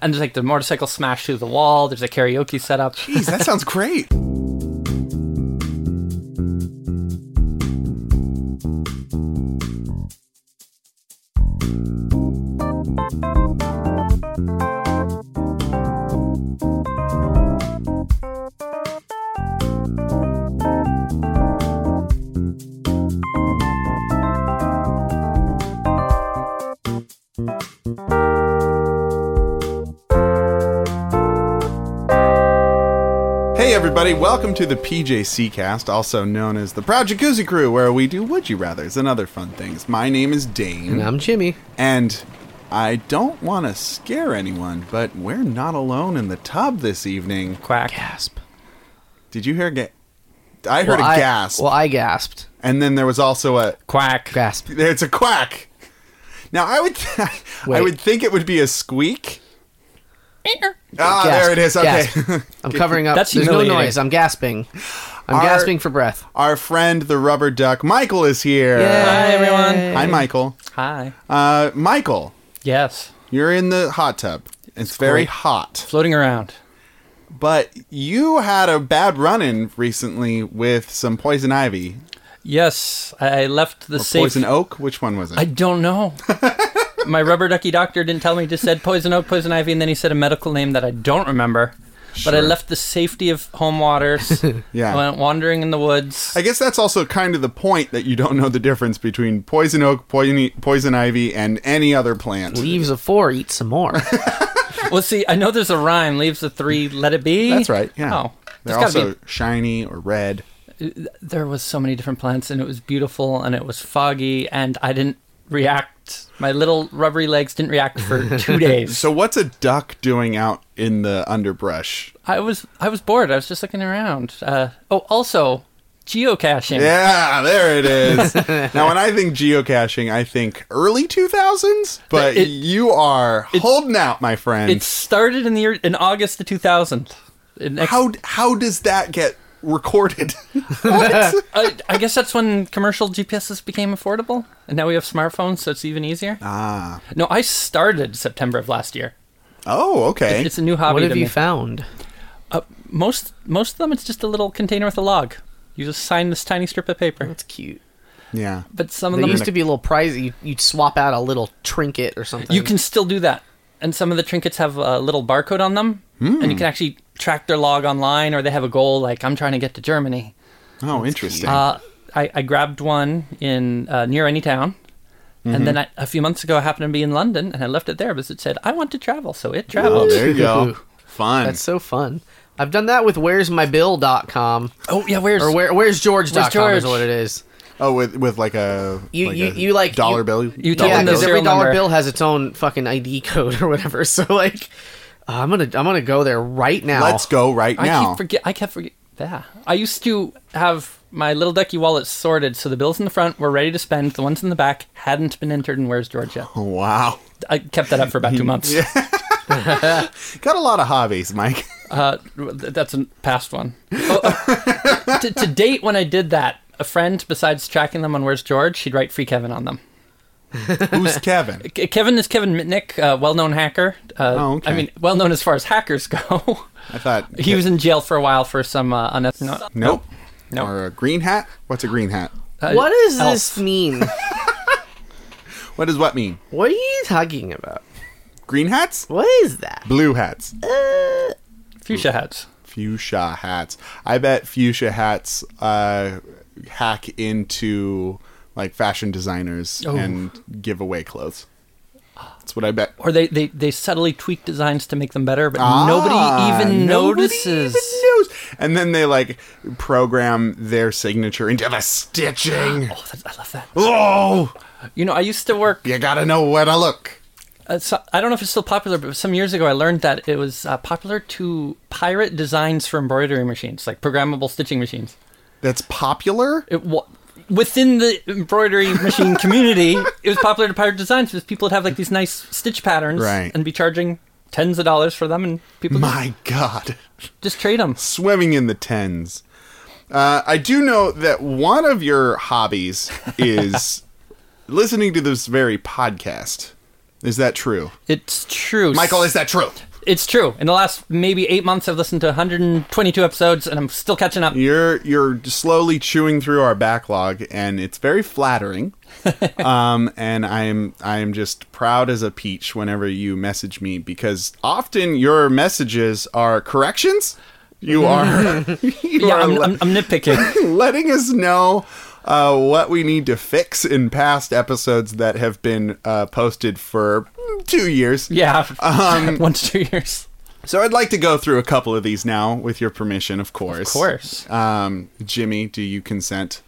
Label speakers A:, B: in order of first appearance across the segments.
A: And there's like the motorcycle smash through the wall. There's a karaoke setup.
B: Jeez, that sounds great. Hey, everybody, welcome to the PJC cast, also known as the Proud Jacuzzi Crew, where we do Would You Rathers and other fun things. My name is Dane,
C: And I'm Jimmy.
B: and I don't want to scare anyone, but we're not alone in the tub this evening.
A: Quack.
C: Gasp.
B: Did you hear a ga- I heard a gasp,
C: Well, I gasped.
B: and then there was also a.
A: Quack.
C: Gasp.
B: It's a quack. Now I would, I
C: Wait.
B: would think it would be a squeak. Ah,
C: Gasp.
B: there it is. Okay.
C: Gasp. I'm covering up.
A: That's
C: There's no
A: humiliating.
C: noise. I'm gasping. I'm
B: Our-
C: gasping for breath.
B: Our friend the rubber duck Michael is here.
C: Yay.
A: everyone.
B: Hi, Michael.
A: Hi.
B: Uh, Michael,
A: Yes.
B: you're in the hot tub. It's very hot,
A: Floating around.
B: but you had a bad run-in recently with some poison ivy,
A: Yes. I I left the safe.
B: poison oak. Which one was it?
A: I don't know. My rubber ducky doctor didn't tell me. He just said poison oak, poison ivy, and then he said a medical name that I don't remember. But I
B: Sure.
A: left the safety of home waters.
B: Yeah.
A: Went wandering in the woods.
B: I guess that's also kind of the point that you don't know the difference between poison oak, poison, poison ivy, and any other plant.
C: Leaves of four. Eat some more.
A: well, see, I know there's a rhyme. Leaves the three. Let it be.
B: That's right. Yeah.
A: Oh,
B: They're
A: there's gotta
B: also shiny or red.
A: there was so many different plants and it was beautiful and it was foggy and I didn't react. My little rubbery legs didn't react for two days.
B: So what's a duck doing out in the underbrush?
A: I was I was bored. I was just looking around. Uh, oh, also geocaching.
B: Yeah, there it is. now, when I think geocaching, I think early 2000s, but
A: It-
B: you are holding out, my friend.
A: It started in the year in August of 2000. In next-
B: how how does that get recorded? What?
A: I, I guess that's when commercial GPSs became affordable, and now we have smartphones, so it's even easier.
B: ah.
A: No, I started September of last year.
B: Oh, okay.
A: It's a new hobby
C: what
A: to
C: have
A: me.
C: you found?
A: Uh, most most of them, it's just a little container with a log. You just sign this tiny strip of paper.
C: That's cute.
B: yeah.
A: But some of
C: There
A: them,
C: used to be a little prize. You, you'd swap out a little trinket or something.
A: you can still do that. And some of the trinkets have a little barcode on them, and you can actually track their log online, or they have a goal like I'm trying to get to Germany.
B: Oh, interesting.
A: Uh, I, I grabbed one in uh, near any town, and then I, a few months ago, I happened to be in London, and I left it there because it said I want to travel, so it
B: oh,
A: traveled.
B: there you go. Fun.
C: That's so fun. I've done that with where's my bill.com
A: oh yeah, where's
C: or where, where's george.com
A: George?
C: is what it is.
B: oh, with with like a
C: You-
B: like
C: you-
B: a
C: you like-
B: dollar
C: you-
B: bill.
A: you
B: dollar
C: yeah,
A: them the
C: because
B: bill.
C: every
A: serial
C: dollar
A: number.
C: bill has its own fucking ID code or whatever. So like, uh, I'm gonna I'm gonna go there right now.
B: Let's go right
A: I
B: now.
A: keep forget. I kept forget. Yeah, I used to have my little ducky wallet sorted, so the bills in the front were ready to spend. The ones in the back hadn't been entered in Where's Georgia.
B: Oh. wow.
A: I kept that up for about two months.
B: Got a lot of hobbies, Mike.
A: Uh, th- that's a past one. Oh, uh, to, to date, when I did that, a friend, besides tracking them on Where's George, she'd write Free Kevin on them.
B: Who's Kevin?
A: K- Kevin is Kevin Mitnick, uh, well-known hacker. Uh,
B: Oh, okay.
A: I mean, well-known as far as hackers go.
B: I thought
A: he was in jail for a while for some uh, unnecessary. No,
B: Nope.
A: Nope.
B: Or a green hat? What's a green hat?
A: uh,
C: What does
A: elf.
C: this mean?
B: What does what mean?
C: what are you talking about?
B: Green hats?
C: What is that?
B: Blue hats.
A: Fuchsia hats.
B: Fuchsia hats. I bet fuchsia hats uh, hack into like fashion designers
A: Oh.
B: and give away clothes. That's what I bet.
A: or they, they, they subtly tweak designs to make them better, but nobody even
B: Ah, nobody
A: notices.
B: even knows. And then they like program their signature into the stitching.
A: Oh, that- I love that.
B: Oh,
A: You know, I used to work.
B: you gotta know where to look.
A: Uh, so, I don't know if it's still popular, but some years ago I learned that it was uh, popular to pirate designs for embroidery machines, like programmable stitching machines.
B: That's popular.
A: It, wa- within the embroidery machine community, it was popular to pirate designs because people would have like these nice stitch patterns
B: Right.
A: and be charging tens of dollars for them, and people
B: My God.
A: just trade them.
B: swimming in the tens. Uh, I do know that one of your hobbies is listening to this very podcast. Is that true,
A: It's true.
B: Michael? Is that true?
A: it's true. In the last maybe eight months, I've listened to 122 episodes, and I'm still catching up.
B: You're you're slowly chewing through our backlog, and it's very flattering. um, and I'm I'm just proud as a peach whenever you message me because often your messages are corrections. You are you
A: Yeah,
B: are
A: I'm,
B: le-
A: I'm, I'm nitpicking.
B: letting us know uh, what we need to fix in past episodes that have been uh, posted for mm, two years.
A: Yeah,
B: Um,
A: one to two years.
B: So I'd like to go through a couple of these now, with your permission, of course.
A: Of course.
B: Um, Jimmy, do you consent?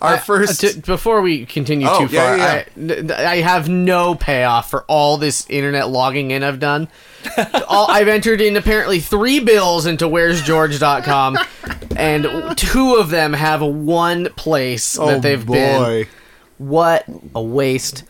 B: Our first.
C: Uh, to- before we continue
B: Oh,
C: too
B: yeah,
C: far,
B: yeah,
C: I, n- I have no payoff for all this internet logging in I've done. all, I've entered in apparently three bills into where'sgeorge.com, and two of them have one place
B: oh
C: that they've been.
B: boy.
C: What a waste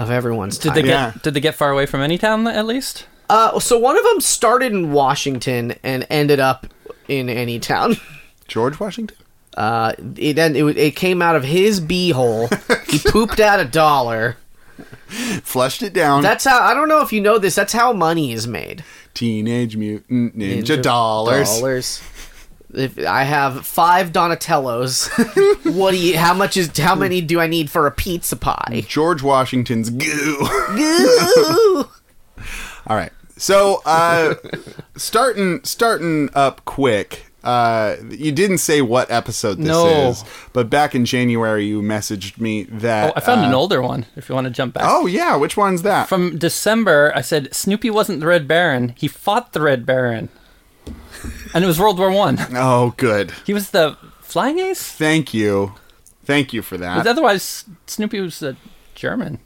C: of everyone's time.
A: Did they get
B: Yeah.
A: Did they get far away from any town at least?
C: uh, so one of them started in Washington and ended up in any town.
B: George Washington.
C: Uh, it, en- it it came out of his beehole. he pooped out a dollar.
B: Flushed it down.
C: That's how I don't know if you know this. That's how money is made.
B: Teenage Mutant Ninja, Dollars.
C: Dollars. If I have five Donatellos, what do you? How much is? How many do I need for a pizza pie?
B: George Washington's goo.
C: Ooh.
B: All right. So, uh, starting starting up quick. Uh, you didn't say what episode this
A: No.
B: is, but back in January you messaged me
A: Oh,
B: that.
A: I found
B: uh,
A: an older one. If you want to jump back.
B: Oh yeah, which one's that?
A: From December, I said Snoopy wasn't the Red Baron. He fought the Red Baron, and it was World War One.
B: oh, good.
A: He was the flying ace.
B: Thank you, thank you for
A: But
B: that.
A: otherwise, Snoopy was a German.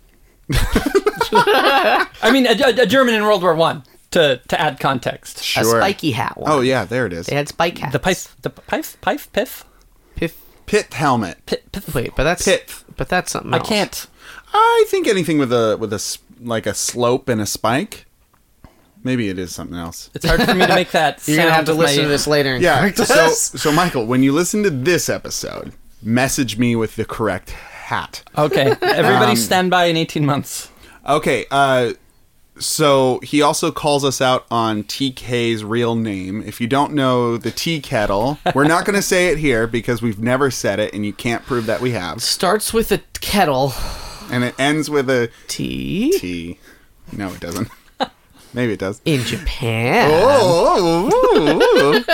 A: I mean, a, a- a German in World War One. To to add context,
C: A
B: sure.
C: spiky hat one.
B: Oh yeah, there it is.
C: They had spike hats.
A: the pife, the pife, pife, piff,
C: Piff.
B: Pit helmet.
A: pit, pith.
C: Wait, but that's
B: Pith.
C: but that's something.
A: I
C: else.
A: can't.
B: I think anything with a with a s- like a slope and a spike. Maybe it is something else.
A: It's hard for me to make that.
C: You're gonna
A: sound
C: have to
A: with my-
C: listen to this later. And
B: Yeah.
C: correct
B: So
C: us.
B: so Michael, when you listen to this episode, message me with the correct hat.
A: Okay, everybody,
C: Um,
A: stand by in eighteen months.
B: Okay, uh so he also calls us out on TK's real name. If you don't know the tea kettle, we're not going to say it here because we've never said it and you can't prove that we have.
C: starts with a kettle
B: And it ends with a
C: tea
B: T. No, it doesn't. Maybe it does.
C: in Japan.
B: Oh,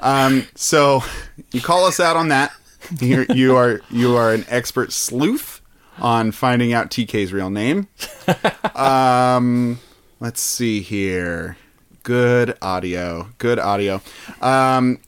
B: um, so you call us out on that. You're, you are you are an expert sleuth on finding out TK's real name. Um, let's see here. Good audio. Good audio. Um,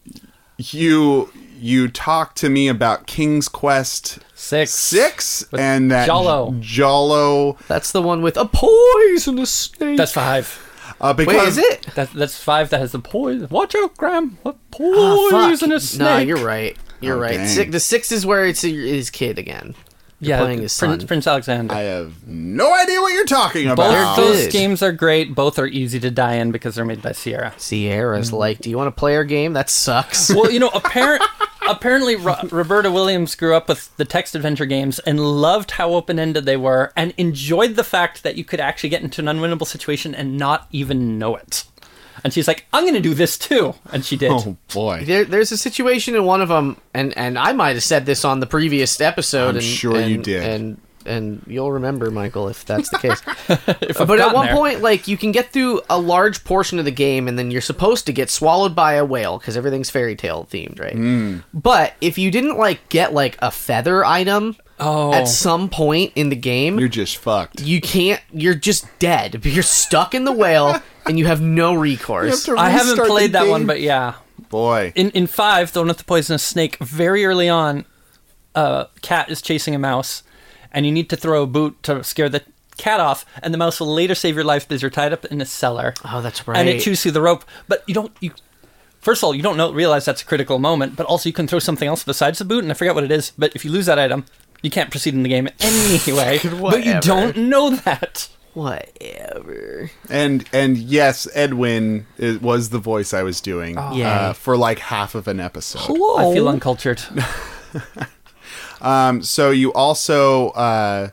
B: you you talk to me about King's Quest
A: Six.
B: six
A: With
B: and that
A: Jollo.
B: Jollo.
C: That's the one with a poisonous snake.
A: That's five.
B: Uh,
C: Wait,
B: because
C: is it?
A: That, that's five. That has the poison. Watch out, Graham. What
C: Oh, fuck.
A: poison a snake?
C: No, you're right. You're
B: Oh,
C: right.
B: dang.
C: Six, the six is where it's his kid again.
A: yeah,
C: playing his
A: Prince,
C: son.
A: Prince Alexander.
B: I have no idea what you're talking
A: Both
B: about.
A: those
C: good.
A: games are great. Both are easy to die in because they're made by Sierra.
C: Sierra's
B: Mm.
C: like, do you want to play our game? That sucks.
A: Well, you know, apparent, apparently Ro- Roberta Williams grew up with the text adventure games and loved how open ended they were and enjoyed the fact that you could actually get into an unwinnable situation and not even know it. And she's like, I'm going to do this too. And she did.
B: Oh boy.
C: There, there's a situation in one of them, and, and I might have said this on the previous episode.
B: I'm
C: and,
B: sure you
C: and-
B: did.
C: And and you'll remember, Michael, if that's the case.
A: If I've
C: but at
A: gotten
C: one
A: there.
C: point, like you can get through a large portion of the game, and then you're supposed to get swallowed by a whale because everything's fairy tale themed, right?
B: Mm.
C: But if you didn't like get like a feather item
A: Oh.
C: at some point in the game,
B: You're just fucked.
C: you can't you're just dead you're stuck in the whale and you have no recourse
A: I haven't played that one, but yeah.
B: boy,
A: In, in five, the one with the poisonous snake, very early on, a cat is chasing a mouse, and you need to throw a boot to scare the cat off, and the mouse will later save your life because you're tied up in a cellar.
C: oh that's right
A: and it chews through the rope. But you don't. You first of all, you don't know realize that's a critical moment. But also, you can throw something else besides the boot, and I forget what it is. But if you lose that item, you can't proceed in the game anyway. but you
C: Whatever.
A: don't know that.
C: whatever
B: and and yes, Edwin i- was the voice I was doing
C: Oh. Yeah.
B: uh, for like half of an episode.
C: Whoa.
A: I feel uncultured.
B: Um, so you also, uh,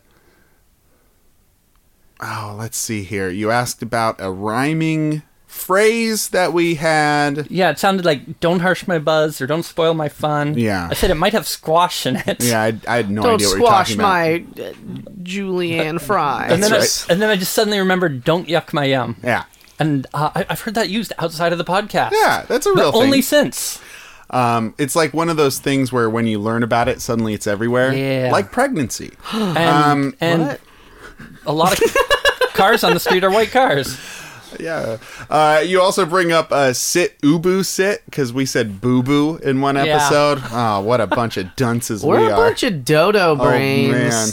B: oh, let's see here. You asked about a rhyming phrase that we had.
A: Yeah, it sounded like "Don't harsh my buzz" or "Don't spoil my fun."
B: Yeah.
A: I said it might have squash in it.
B: Yeah, I, I had no
C: Don't
B: idea what
C: squash
B: you're talking about.
C: my uh, Julianne Fry.
A: And then,
B: That's
A: I, and then I just suddenly remembered "Don't yuck my yum,"
B: Yeah,
A: and uh, I, I've heard that used outside of the podcast.
B: yeah, that's a
A: but
B: real thing.
A: only since.
B: Um, it's like one of those things where when you learn about it, suddenly it's everywhere.
A: Yeah.
B: Like pregnancy.
A: And,
B: Um,
A: and
C: what?
A: a lot of cars on the street are white cars.
B: yeah. Uh, you also bring up uh, sit ubu sit because we said boo boo in one
A: Yeah.
B: episode. Ah, what a bunch of dunces
C: We're
B: we
C: a
B: are.
C: bunch of dodo
B: oh
C: brains.
B: man.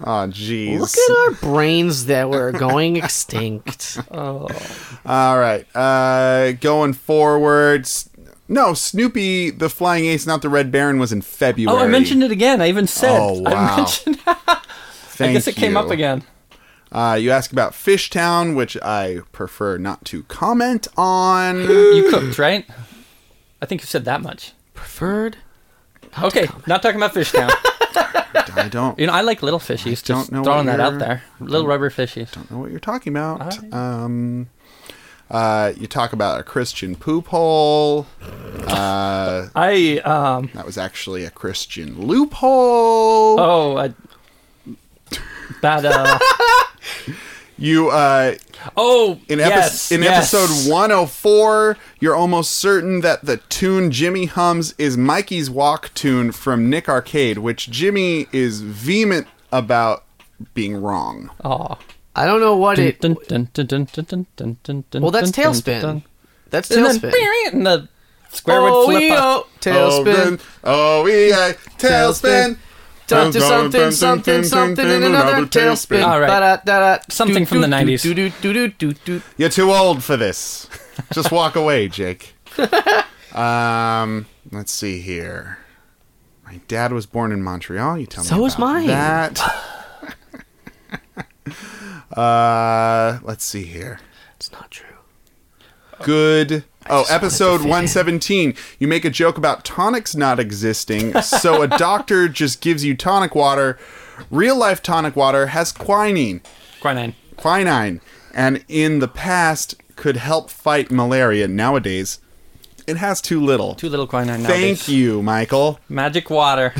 B: Oh jeez.
C: Look at our brains that were going extinct.
A: Oh,
B: All right. Uh, going forwards. No, Snoopy the Flying Ace, not the Red Baron, was in February.
A: oh I mentioned it again. I even said.
B: Oh wow.
A: I, mentioned,
B: Thank
A: I guess it came
B: you.
A: up again.
B: Uh, you ask about Fishtown, which I prefer not to comment on.
A: You cooked, right? I think you said that much.
C: Preferred?
A: Okay, not talking about fish now.
B: I don't
A: you know, I like little fishies. Just
B: don't know
A: throwing
B: what
A: that out
B: you're-
A: there. Little rubber fishies.
B: know what you're talking about.
A: All
B: Um, uh, you talk about a Christian poop hole. Uh,
A: I um
B: that was actually a Christian loophole.
A: oh I, that uh
B: You uh,
A: oh
B: in, epi-
A: yes,
B: in
A: yes.
B: episode 104, you're almost certain that the tune Jimmy hums is Mikey's Walk tune from Nick Arcade, which Jimmy is vehement about being wrong.
A: Oh.
C: I don't know what it.
A: Dun, dun, dun, dun, dun, dun, dun, dun, dun,
C: Well, that's
A: dun, dun,
C: tailspin.
A: dun.
C: That's
A: And then
C: tailspin.
A: and the square
C: Oh,
A: would flip
C: we
A: up.
C: oh, tailspin.
B: Oh, we I tailspin.
C: Talk to something, something, something, and another tailspin.
A: All right.
C: Da-da-da-da.
A: Something from the 90s.
C: Do-do-do-do-do-do-do.
B: You're too old for this. Just walk away, Jake. um, let's see here. My dad was born in Montreal. You tell me.
C: So was
B: about
C: mine.
B: That. uh, let's see here.
C: It's not true.
B: Good. Oh,
C: just wanted to
B: episode
C: fit in.
B: 117. You make a joke about tonics not existing, so a doctor just gives you tonic water. Real life tonic water has quinine.
A: Quinine.
B: quinine and in the past could help fight malaria nowadays it has too little
A: Too little quinine
B: thank
A: nowadays.
B: you michael
A: Magic water.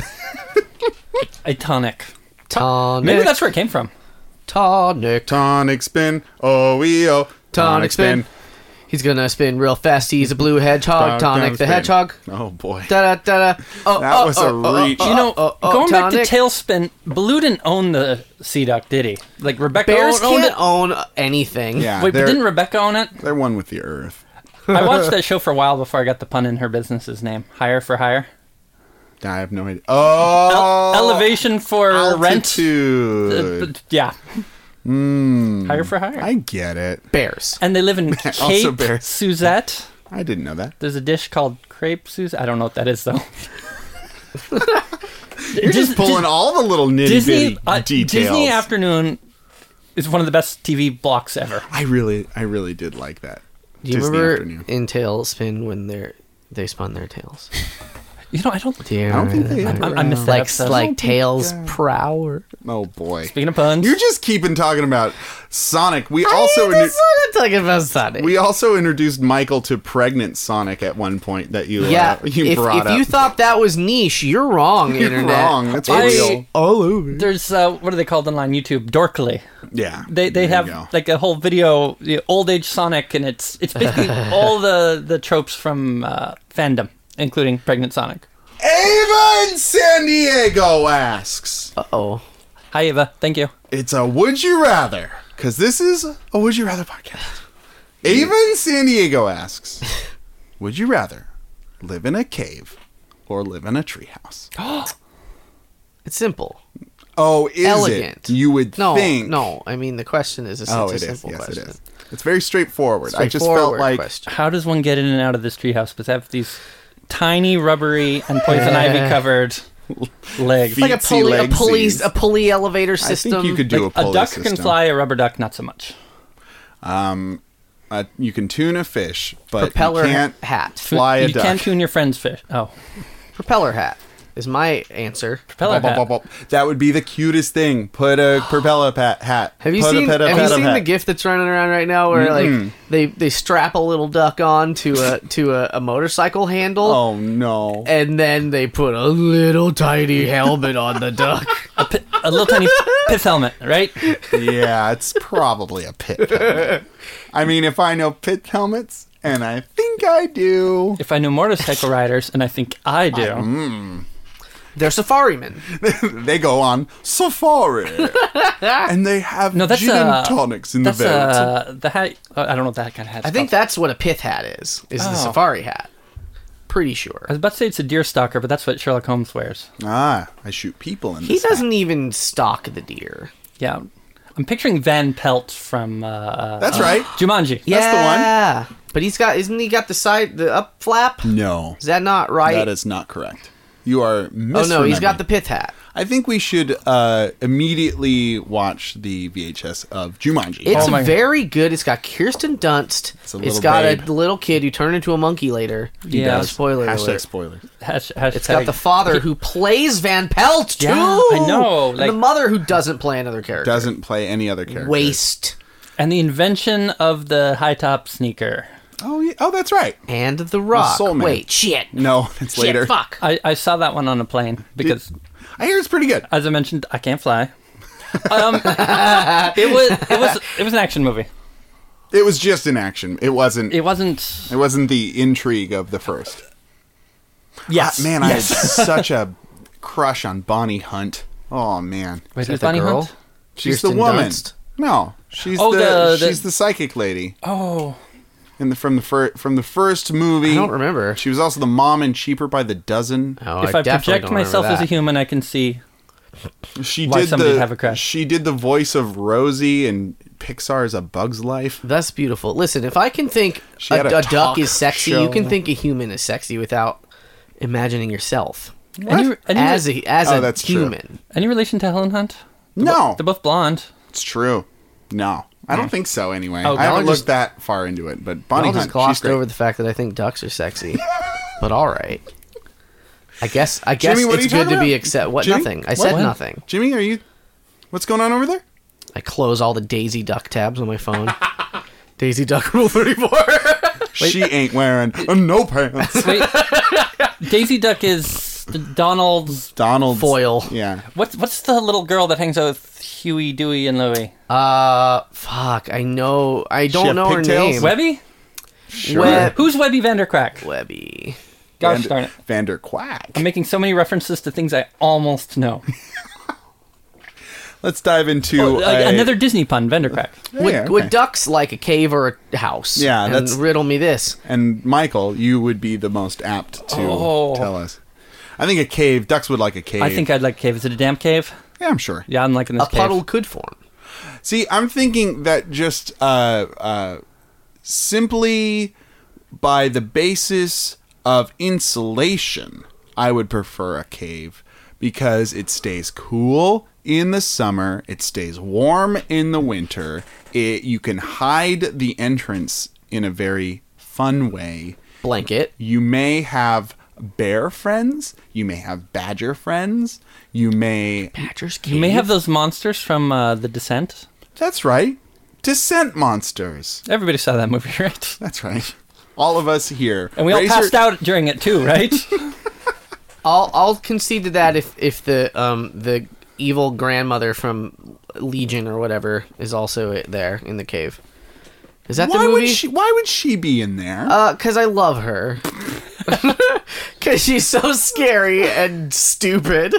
A: A tonic.
C: Tonic.
A: Maybe that's where it came from.
C: tonic.
B: tonic spin oh we oh
C: Tonic spin. He's gonna spin real fast. He's a blue hedgehog. Tonic the
B: spin.
C: hedgehog.
B: oh boy
C: Da da da da. Oh,
B: that
C: oh,
B: was
C: oh,
B: a reach
A: You know,
C: oh, oh,
A: going back
C: tonic.
A: to Tailspin, Baloo didn't own the Sea Duck, did he? Like Rebecca
C: Bears
A: owned
C: can't
A: it.
C: own anything.
B: yeah
A: Wait, but
B: they're,
A: didn't Rebecca own it?
B: they're one with the earth
A: I watched that show for a while before I got the pun in her business's name. Hire for hire.
B: i have no idea oh
A: Elevation for rent. Uh,
B: altitude Hmm.
A: but- yeah. Hire for hire.
B: i get it
C: Bears.
A: and they live in Cape
B: bear.
A: Suzette.
B: i didn't know that
A: There's a dish called crepe Suzette. I don't know what that is though.
B: you're just, pulling all the little nitty-bitty
A: Disney uh,
B: details
A: Disney afternoon is one of the best TV blocks ever.
B: i really i really did like that
C: Do you
B: Disney
C: remember
B: afternoon.
C: in Tailspin when they're they spun their tails?
A: You know, I don't.
C: Do you
B: I don't think
C: remember
B: they
C: that?
B: ever, uh,
A: I, I miss that.
C: like
A: episode.
C: like tails per hour.
B: oh boy
A: Speaking of puns,
B: You're just keeping talking about Sonic. We also
C: Hey,
B: inter-
C: that's what I'm talking about Sonic.
B: we also introduced Michael to pregnant Sonic at one point that you
C: yeah,
B: uh, you
C: if,
B: brought
C: if
B: up.
C: you thought that was niche, you're wrong.
B: You're
C: internet.
B: wrong. That's
A: I-
B: real.
C: all over.
A: there's uh, what are they called online YouTube? Dorkly.
B: Yeah,
A: They they
B: There you
A: have
B: go.
A: like a whole video, the old age Sonic, and it's it's basically all the the tropes from uh, fandom, including pregnant Sonic.
B: Ava in San Diego asks.
C: Uh oh.
A: Hi Eva, thank you.
B: It's a would you rather because this is a would you rather podcast. Ava in San Diego asks, would you rather live in a cave or live in a treehouse?
C: It's simple.
B: Oh, is
C: Elegant.
B: it? You would
C: No,
B: think
C: no. I mean, the question is it's
B: Oh,
C: a
B: it is.
C: simple
B: Yes,
C: question.
B: it is. It's very straightforward. I just felt
C: Straightforward
B: like
C: question.
A: How does one get in and out of this treehouse? But they have these tiny, rubbery, and poison ivy covered legs. Like
B: Feet.
C: like a
B: Beatsy
C: pulley, a
B: legsies.
C: pulley, a pulley elevator
B: I
C: system.
B: think you could do a
A: a
B: pulley
A: duck
B: system.
A: can fly, a rubber duck not so much.
B: Uh, you can tune a fish, but
C: propeller
B: you can't
C: hat.
B: fly a
A: you
B: duck.
A: can tune your friend's fish. Oh,
C: propeller hat. is my answer.
A: Propeller
B: Bop, bop,
A: hat.
B: bop, bop. That would be the cutest thing. Put a propeller pat hat.
C: Have you
B: Put a
C: seen?
B: pet- a
C: have you
B: pet- a
C: seen
B: pet.
C: the GIF that's running around right now where like they they strap a little duck on to a to a, a motorcycle handle,
B: Oh no!
C: and then they put a little tiny helmet on the duck.
A: A, pi- a little tiny pith helmet, right?
B: yeah, it's probably a pit. helmet. I mean, if I know pit helmets, and I think I do.
A: If I knew motorcycle riders, and I think I
B: Mm,
A: do,
C: They're safarimen.
B: they go on safari and they have
A: no, that's
B: gin
A: uh,
B: and tonics in the
A: that's
B: boat.
A: uh, the hat. uh, I don't know what that kind of hat.
C: I think that's what a pith hat is. Is the safari hat? Pretty sure.
A: I was about to say it's a deer stalker, but that's what Sherlock Holmes wears.
B: ah, I shoot people in
C: He
B: this.
C: doesn't even stalk the deer.
A: Yeah, I'm picturing Van Pelt from uh,
B: That's
A: uh,
B: right.
A: Jumanji.
B: That's the one.
C: the one. But he's got isn't he got the side the up flap?
B: No,
C: Is that not right?
B: Mm. that is not correct. You are
C: oh no, he's got
B: misremembering.
C: the pith hat.
B: I think we should uh, immediately watch the VHS of Jumanji.
C: It's
A: Oh my-
C: very good. It's got Kirsten Dunst. It's,
B: a
C: it's
B: little
C: got
B: babe.
C: a little kid who turned into a monkey later.
A: Yeah. does.
C: spoiler
B: Hashtag
C: alert.
B: spoiler.
A: Hash- hashtag-
C: It's got the father who plays Van Pelt too.
A: Yeah, I know,
C: And
A: like-
C: the mother who doesn't play another character.
B: Doesn't play any other character.
C: waste
A: and the invention of the high top sneaker.
B: Oh, yeah. oh, that's right.
C: and the rock.
B: Soul Man.
C: Wait, shit.
B: No, it's
C: Shit,
B: later.
C: fuck.
A: I, I saw that one on a plane because,
B: I hear it's pretty good.
A: as I mentioned, I can't fly. Um, it was it was it was an action movie.
B: It was just an action. It wasn't.
A: It
B: It,
A: wasn't.
B: wasn't the intrigue of the first.
A: Yes,
B: Ah, man, I had such a crush on Bonnie Hunt. Oh man,
A: Wait, who's
C: that the
A: Bonnie
C: girl?
A: Hunt?
B: she's
C: Kirsten
B: the woman.
C: Dunst?
B: No, she's
A: Oh,
B: the,
A: the- the-
B: she's the psychic lady
A: Oh,
B: in the from the fir- from the first movie.
C: I don't remember.
B: She was also the mom in Cheaper by the Dozen.
C: Oh,
A: if I,
C: definitely
A: project
C: don't remember
A: myself as a
C: that.
A: human, I can see.
B: She
A: Why
B: did
A: somebody
B: the
A: have a crush?
B: she did the voice of Rosie in Pixar's A Bug's Life.
C: That's beautiful. Listen, if I can think
B: She
C: a,
B: had
C: a,
B: a
C: duck
B: talk
C: is sexy, you
B: show.
C: can think a human is sexy without imagining yourself
A: Any, any,
C: as a as
B: Oh,
C: a
B: that's true.
C: human.
A: any relation to Helen Hunt?
B: No,
A: They're both blonde.
B: it's true. No, I don't think so. Anyway,
A: Oh,
B: I haven't
C: y'all just-
B: looked that far into it, but
C: I
B: Bonnie
C: just
B: Hunt. she's
C: glossed
B: great.
C: over the fact that I think ducks are sexy, but all right. I guess I guess
B: Jimmy, what are
C: it's
B: you
C: good to
B: talking
C: be
B: about?
C: accept. What
B: Jimmy?
C: nothing? I
B: What?
C: said
A: What?
C: nothing.
B: Jimmy, are you? What's going on over there?
C: I close all the Daisy Duck tabs on my phone. Daisy Duck Rule Thirty Four.
B: She ain't wearing uh, no pants.
A: Wait, Daisy Duck is the Donald's.
B: Donald
C: Foil.
B: Yeah,
A: What's what's the little girl that hangs out with Huey, Dewey, and Louie?
C: Uh, fuck. I know. I
B: have
C: don't know her
B: pigtails?
C: name.
A: Webby?
B: sure.
C: Web-
A: Who's Webby Vandercrack?
C: Webby.
A: Gosh darn it!
B: Uh, Vander Quack.
A: I'm making so many references to things I almost know.
B: Let's dive into
A: Oh,
B: a-
A: uh, another Disney pun, Vandercrack.
B: Yeah,
C: Would,
B: okay.
C: would ducks like a cave or a house?
B: Yeah,
C: and
B: that's-
C: riddle me this.
B: and Michael, you would be the most apt to
A: Oh.
B: tell us. I think a cave. Ducks would like a cave.
A: I think I'd like cave. Is it a damn cave?
B: Yeah, I'm sure.
A: Yeah, I'm liking this
C: A puddle
A: cave.
C: could form.
B: See, I'm thinking that just uh, uh, simply by the basis of insulation, I would prefer a cave because it stays cool in the summer, it stays warm in the winter. It, you can hide the entrance in a very fun way
C: Blanket.
B: you may have bear friends you may have badger friends you may
C: Badger's cave.
A: You may have those monsters from uh, The Descent.
B: that's right descent monsters
A: Everybody saw that movie, right?
B: that's right all of us here
A: And we all
B: Raise
A: passed
B: your-
A: out during it too, right?
C: I'll I'll concede to that if if the um the evil grandmother from Legion or whatever is also there in the cave. Is that
B: why
C: the movie?
B: would she why would she be in there
C: Uh, cause I love her. cause she's so scary and stupid.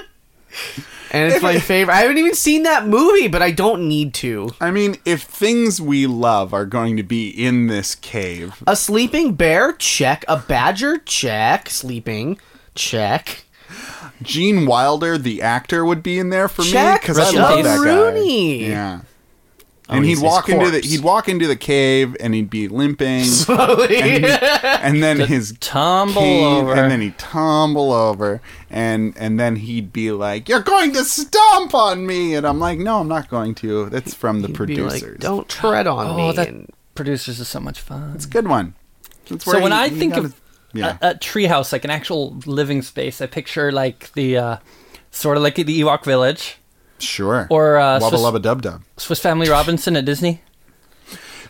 C: And it's my favorite. I haven't even seen that movie, but I don't need to.
B: i mean if things we love are going to be in this cave
C: A sleeping bear, check. A badger, check. Sleeping, check.
B: gene wilder the actor would be in there for
C: Check,
B: me because i
A: Rest in
B: love
A: peace.
B: that guy
C: Rooney.
B: yeah
C: Oh,
B: and
C: he's
B: he'd
C: his
B: walk into the
C: corpse.
B: he'd walk into the cave and he'd be limping and then his
A: Tumble
B: cave,
A: over.
B: and then he'd tumble over and and then he'd be like you're going to stomp on me and i'm like no i'm not going to that's from the
C: Be like,
B: producers
C: don't tread on
A: oh,
C: me.
A: that
C: and-
A: producers is so much fun.
B: it's a good one That's
A: So
B: where
A: when
B: he-
A: I
B: he
A: think
B: got
A: of uh,
B: his- Yeah.
A: a, a treehouse, like an actual living space. I picture like the uh, sort of like the Ewok village
B: Sure.
A: or uh,
B: Wubba
A: Swiss,
B: Lubba Dub Dub.
A: Swiss Family Robinson at Disney.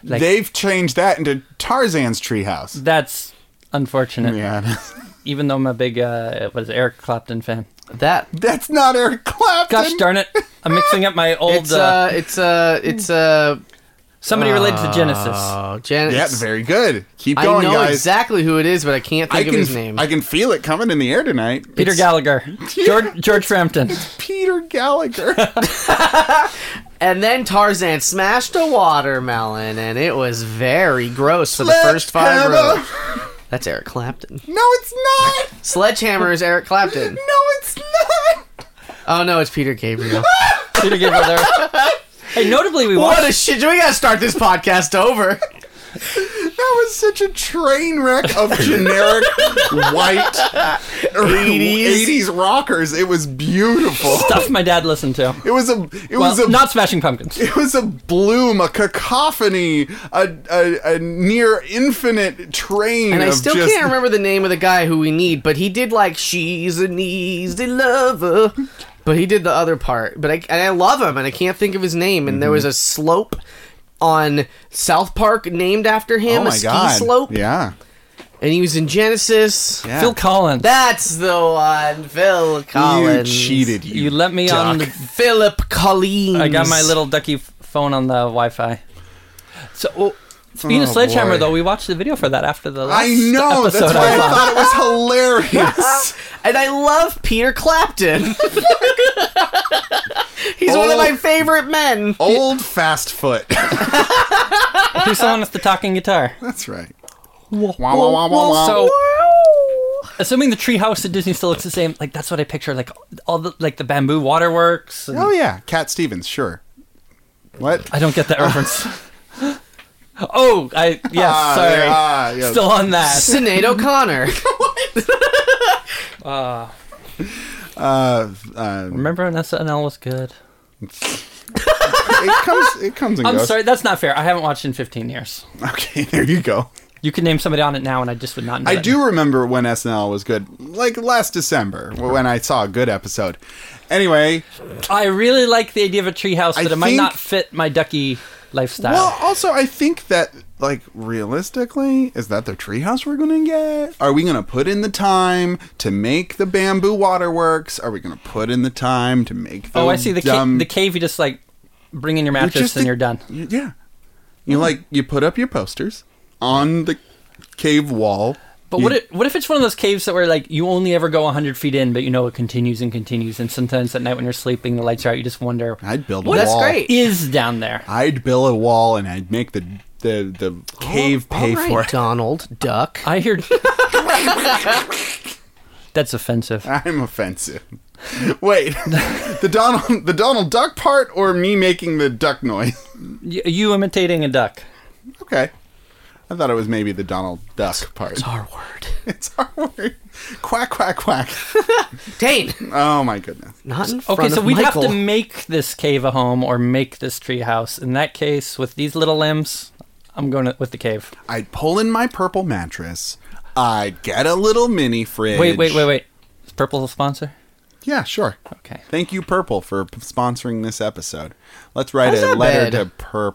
A: Like-
B: They've changed that into Tarzan's treehouse.
A: That's unfortunate.
B: Yeah.
A: Even though I'm a big uh, was Eric Clapton fan.
C: That
B: That's not Eric Clapton.
A: Gosh darn it! I'm mixing up my old.
C: it's
A: uh,
C: uh, it's uh, it's uh,
A: somebody related to Genesis.
C: oh, Janet.
B: Yeah, very good. Keep
C: I
B: going,
C: know
B: guys.
C: exactly who it is, but I can't
B: I
C: think
B: can,
C: of his name.
B: I can feel it coming in the air tonight.
A: Peter
B: It's
A: Gallagher, George, George Frampton.
B: Peter Gallagher.
C: and then Tarzan smashed a watermelon, and it was very gross for the
B: Let's
C: first five
B: have
C: rows.
B: a-
C: That's Eric Clapton.
B: No, it's not.
C: Sledgehammer is Eric Clapton.
B: No, it's not.
C: Oh no, it's Peter Gabriel.
A: Peter Gabriel there. Hey, notably we watched.
C: what a shit! We gotta start this podcast over.
B: That was such a train wreck of generic white 80s.
C: 80s.
A: oh,
B: Oh, Oh.
A: Oh,
B: Oh, Ah, Uh,
A: Oh,
B: Um,
A: Oh,
B: Oh, uh,
C: uh, um,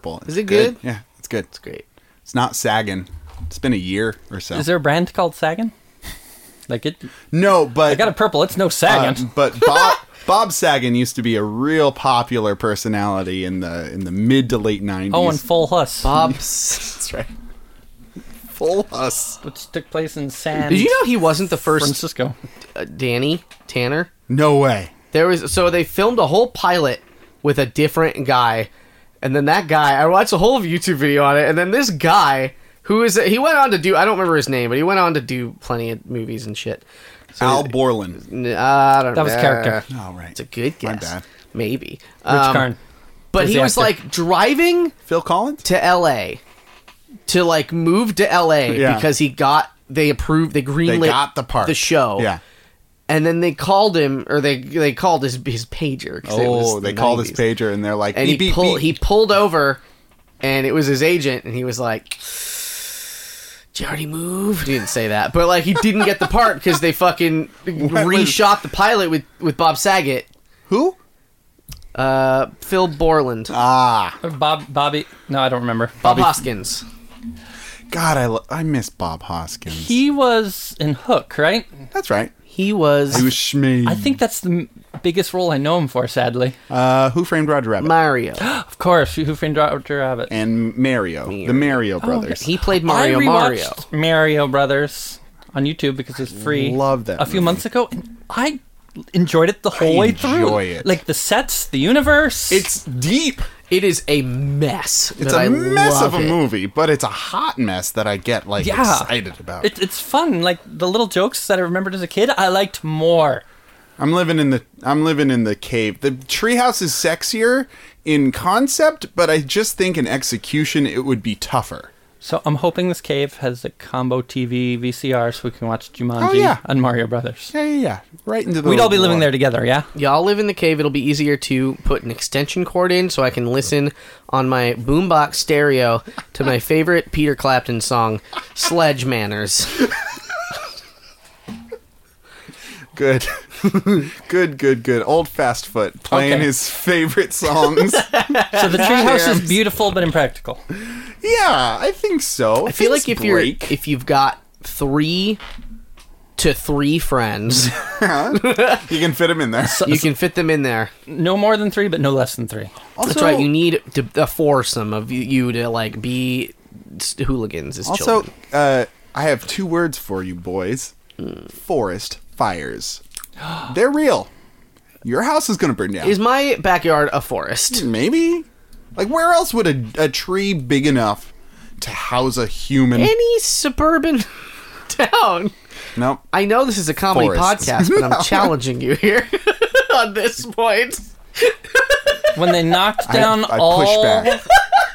B: Oh. Oh,
C: Did you already move? He didn't say that, but like he didn't get the part because they fucking reshot the pilot with with Bob Saget,
B: Who?
C: uh, Phil Borland,
B: Ah,
A: Bob, Bobby. No, I don't remember.
C: Bob Hoskins.
B: God, I lo- I miss Bob Hoskins.
A: He was in Hook, right?
B: That's right.
C: He was,
B: He was Shmi.
A: I think that's the m- biggest role I know him for. Sadly,
B: Uh, Who framed Roger Rabbit?
C: Mario.
A: of course, Who Framed Roger Rabbit.
B: and Mario, the
A: Oh,
B: Mario brothers.
C: He played Mario.
A: I
C: Mario.
A: rewatched Mario. Brothers on YouTube because it's free.
B: love that
A: A few
B: movie.
A: months ago, and I enjoyed it the whole way through.
B: enjoy it.
A: Like the sets, the universe.
B: It's deep.
C: It is a mess.
B: It's
C: a
B: a mess of a movie, but it's a hot mess that I get like
A: Yeah.
B: excited about.
A: It, it's fun. Like the little jokes that I remembered as a kid, I liked more.
B: I'm living in the I'm living in the cave. The treehouse is sexier in concept, but I just think in execution it would be tougher.
A: So I'm hoping this cave has a combo TV VCR so we can watch Jumanji
B: Oh, yeah. Oh,
A: and Mario Brothers.
B: Yeah, yeah, yeah. Right into the.
A: We'd all be living
B: water.
A: there together, yeah?
C: Y'all live in the cave. It'll be easier to put an extension cord in so I can listen on my boombox stereo to my favorite Peter Clapton song, Sledge Manners.
B: Good, good, good, good. Old fast foot playing
A: Okay.
B: his favorite songs.
A: So the treehouse is beautiful but impractical.
B: yeah, I think so.
C: I feel like if you're
B: break.
C: if you've got three to three friends,
B: you can fit him in there.
C: you can fit them in there.
A: No more than three, but no less than three.
B: also,
C: That's right. You need to, a foursome of you to like be s- hooligans as
B: also,
C: children.
B: uh, I have two words for you, boys.
C: Hmm.
B: Forest fires. They're real. Your house is gonna burn down.
C: Is my backyard a forest?
B: Maybe. Like, where else would a, a tree big enough to house a human?
C: Any suburban town.
B: nope.
C: I know this is a comedy
B: Forests.
C: podcast, but I'm challenging you here on this point.
A: When they knocked
B: I,
A: down
B: I
A: all
B: push back.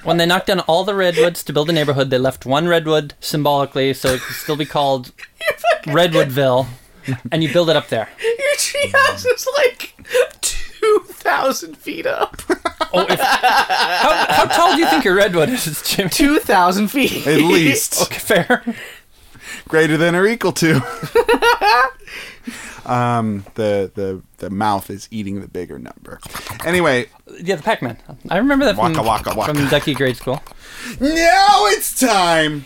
A: When they knocked down all the redwoods to build a neighborhood, they left one redwood symbolically, so it could still be called Redwoodville, and you build it up there.
C: Your treehouse is like two thousand feet up.
A: Oh, if, how, how tall do you think your redwood is, Jimmy?
C: Two thousand feet.
B: At least.
A: Okay, fair.
B: Greater than or equal to. um, the, the, the mouth is eating the bigger number. Anyway,
A: Yeah, the Pac-Man. I remember that from,
B: Waka,
C: Mm.
B: waka, waka.
A: from Ducky grade school.
B: now it's time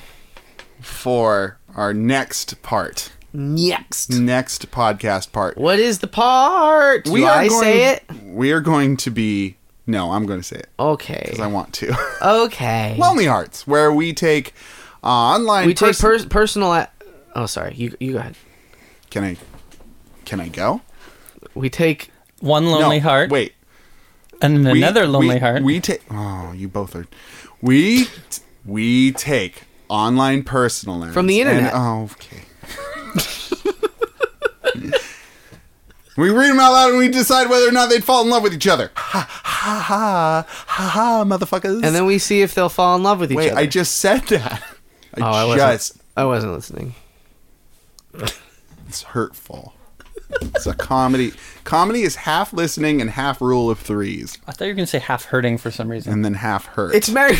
B: for our next part.
C: Next.
B: Next podcast part.
C: What is the part? Do I say it?
B: We are going to be. No, I'm going to say it
C: Okay.
B: because I want to.
C: Okay.
B: Lonely Hearts, where we take uh, online.
C: we take
B: person-
C: pers- personal. A- oh, sorry. You you go ahead.
B: can I? Can I go?
C: We take.
A: One lonely
B: No,
A: heart,
B: Wait.
A: and
B: We-
A: another lonely
B: we-
A: heart.
B: We take. Oh, you both are. We we take online personal learns
C: From the
B: and-
C: internet.
B: oh, okay. we read them out loud and we decide whether or not they'd fall in love with each other. Ha ha ha ha ha, motherfuckers!
C: And then we see if they'll fall in love with each
B: wait,
C: other.
B: I just said that. I
C: Oh, I wasn't.
B: just
C: I wasn't listening.
B: It's hurtful. It's a comedy. Comedy is half listening and half rule of threes,
A: I thought you were gonna say half hurting for some reason.
B: and then half hurt.
C: It's Mary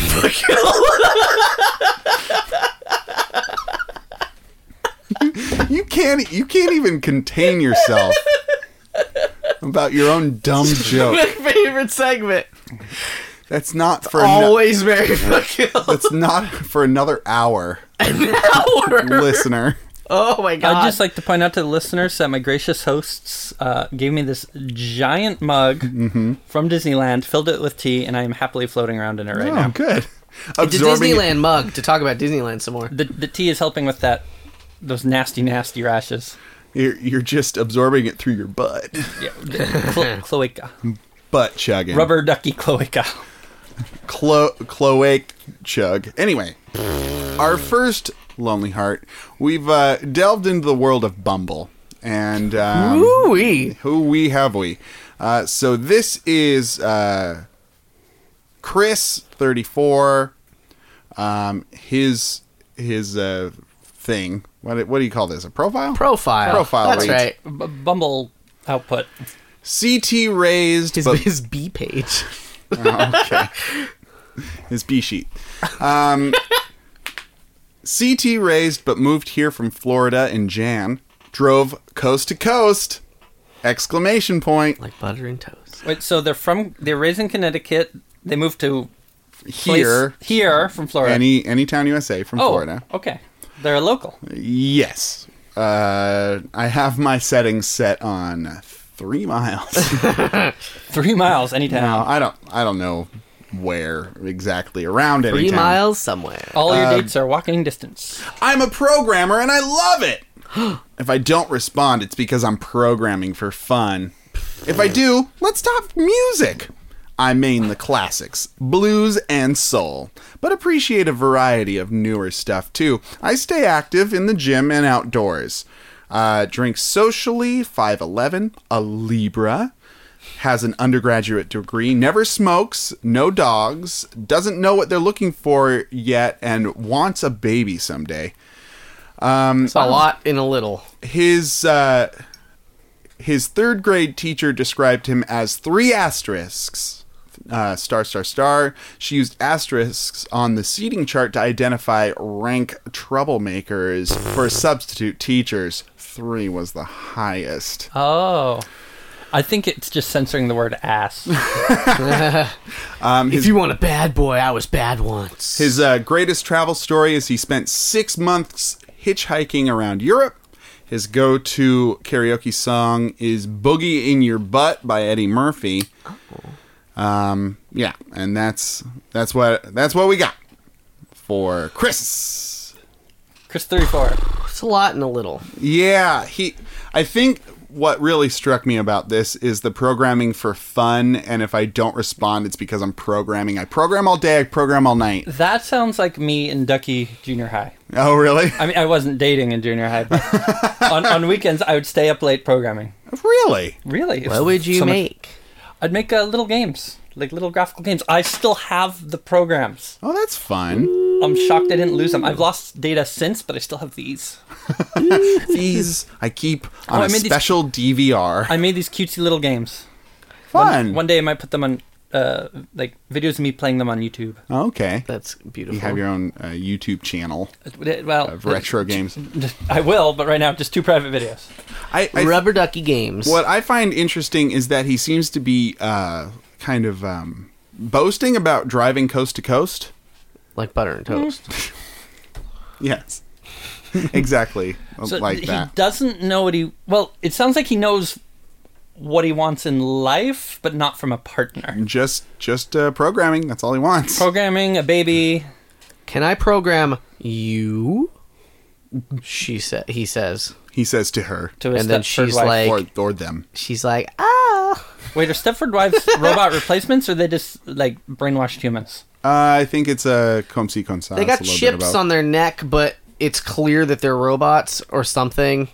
B: you can't. You can't even contain yourself about your own dumb
C: My
B: joke.
C: favorite segment.
B: That's not for. ano-
C: Always Mary Fuckill.
B: that's not for another hour, listener.
C: Oh my god.
A: I'd just like to point out to the listeners that my gracious hosts uh, gave me this giant mug
B: Mm-hmm.
A: from Disneyland, filled it with tea, and I am happily floating around in it right
B: Oh,
A: now.
B: good.
C: it's a
B: Absorbing-
C: Disneyland mug to talk about Disneyland some more.
A: The, the tea is helping with that, those nasty, nasty rashes.
B: You're, you're just absorbing it through your butt,
A: Yeah, clo- cloaca,
B: butt chugging.
A: rubber ducky cloaca.
B: clo- cloac chug. Anyway, our first Lonely Heart, we've uh, delved into the world of Bumble. And um,
C: Ooh-wee.
B: who we have we? Uh, so this is uh, Chris, 34. Um, his his uh, thing. What, do- what do you call this? A profile?
C: Profile.
B: Profile
C: That's
B: reads.
C: right.
A: B- Bumble output.
B: CT raised.
C: His,
B: but-
C: his B page.
B: okay. His B sheet. Um, CT raised but moved here from Florida in Jan. Drove coast to coast. Exclamation point.
C: Like butter and toast.
A: Wait, so they're from they're raised in Connecticut. They moved to place-
B: Here.
A: here from Florida.
B: Any Anytown USA from
A: oh,
B: Florida.
A: okay. They're a local.
B: Yes. Uh, I have my settings set on three miles.
A: Three miles, any town.
B: now I don't I don't know where exactly around any
C: Three
B: town.
C: miles somewhere.
A: All
B: um,
A: your dates are walking distance.
B: I'm a programmer and I love it. if I don't respond, it's because I'm programming for fun. If I do, let's talk music. I mean the classics, blues and soul, but appreciate a variety of newer stuff too. I stay active in the gym and outdoors. Uh, drink socially, 5'11, a Libra, has an undergraduate degree, never smokes, no dogs, doesn't know what they're looking for yet, and wants a baby someday
C: It's a lot in a little.
B: his uh, his third grade teacher described him as three asterisks. Uh, star star star. She used asterisks on the seating chart to identify rank troublemakers for substitute teachers. Three was the highest.
A: Oh. I think it's just censoring the word ass.
C: if you want a bad boy, I was bad once.
B: um, His uh, greatest travel story is he spent six months hitchhiking around Europe. His go to karaoke song is Boogie in Your Butt by Eddie Murphy. Um, yeah, and that's that's what that's what we got for Chris.
A: Chris 34.
C: It's a lot in a little.
B: Yeah, he I think what really struck me about this is the programming for fun and if I don't respond it's because I'm programming. I program all day, I program all night.
A: That sounds like me in Ducky Junior High.
B: Oh, really?
A: I mean, I wasn't dating in junior high, but on, on weekends I would stay up late programming.
B: Really?
A: Really?
C: What would you make?
A: I'd make uh, little games, like little graphical games. I still have the programs.
B: Oh, that's fun.
A: I'm shocked I didn't lose them. I've lost data since, but I still have these.
B: these I keep on
A: Oh, I
B: a
A: made these-
B: special DVR.
A: I made these cutesy little games.
C: Hmm.
B: Fun.
A: One day I might put them on, uh, like videos of me playing them on YouTube.
B: Oh, okay.
C: That's beautiful.
B: You have your own uh, YouTube channel
A: Well,
B: of retro games.
A: I will, but right now just two private videos.
B: I, I
C: Rubber ducky games.
B: what I find interesting is that he seems to be uh, kind of um, boasting about driving coast to coast.
C: Like butter and toast.
B: Yes. exactly
A: So
B: like
A: he
B: that.
A: doesn't know what he. Well, it sounds like he knows what he wants in life, but not from a partner.
B: Just just uh, programming. That's all he wants.
A: Programming a baby.
C: Can I program you? She said. He says.
B: he says to her
A: To his
C: And then
A: Stepford
C: she's
A: wife.
C: like-
B: or or them.
C: She's like, oh.
A: "Wait, are Stepford wives robot replacements, or they just like brainwashed humans?"
B: Uh, I think it's a comme si comme ça.
C: They got chips on their neck, but it's clear that they're robots or something.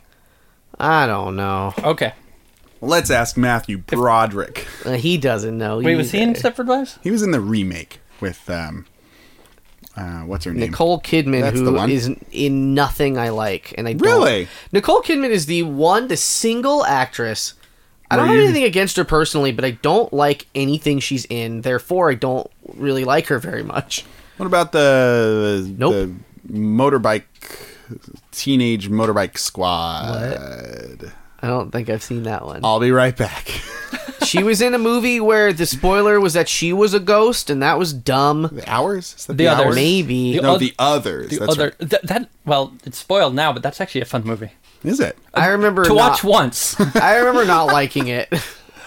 C: I don't know.
A: Okay.
B: Let's ask Matthew Broderick.
C: Uh, he doesn't know.
A: Wait, was he in
C: either.
A: Stepford wives?
B: He was in the remake with um, uh, what's her name?
C: Nicole Kidman,
B: That's the
C: who
B: one.
C: is in nothing I like, and I don't-
B: Really?
C: Nicole Kidman is the one, the single actress. I don't have anything against her personally, but I don't like anything she's in. Therefore, I don't really like her very much.
B: What about the the,
C: Nope.
B: the motorbike teenage motorbike squad?
C: I don't think I've seen that one.
B: I'll be right back.
C: she was in a movie where the spoiler was that she was a ghost, and that was dumb.
B: the hours? Is that
A: The Others.
B: hours?
C: Maybe.
A: The
B: No,
A: oth-
B: the others.
A: The
B: That's
A: other
B: right.
A: th- that well, it's spoiled now, but that's actually a fun movie
B: Is it?
C: I remember
A: to watch
C: not,
A: once.
C: I remember not liking it.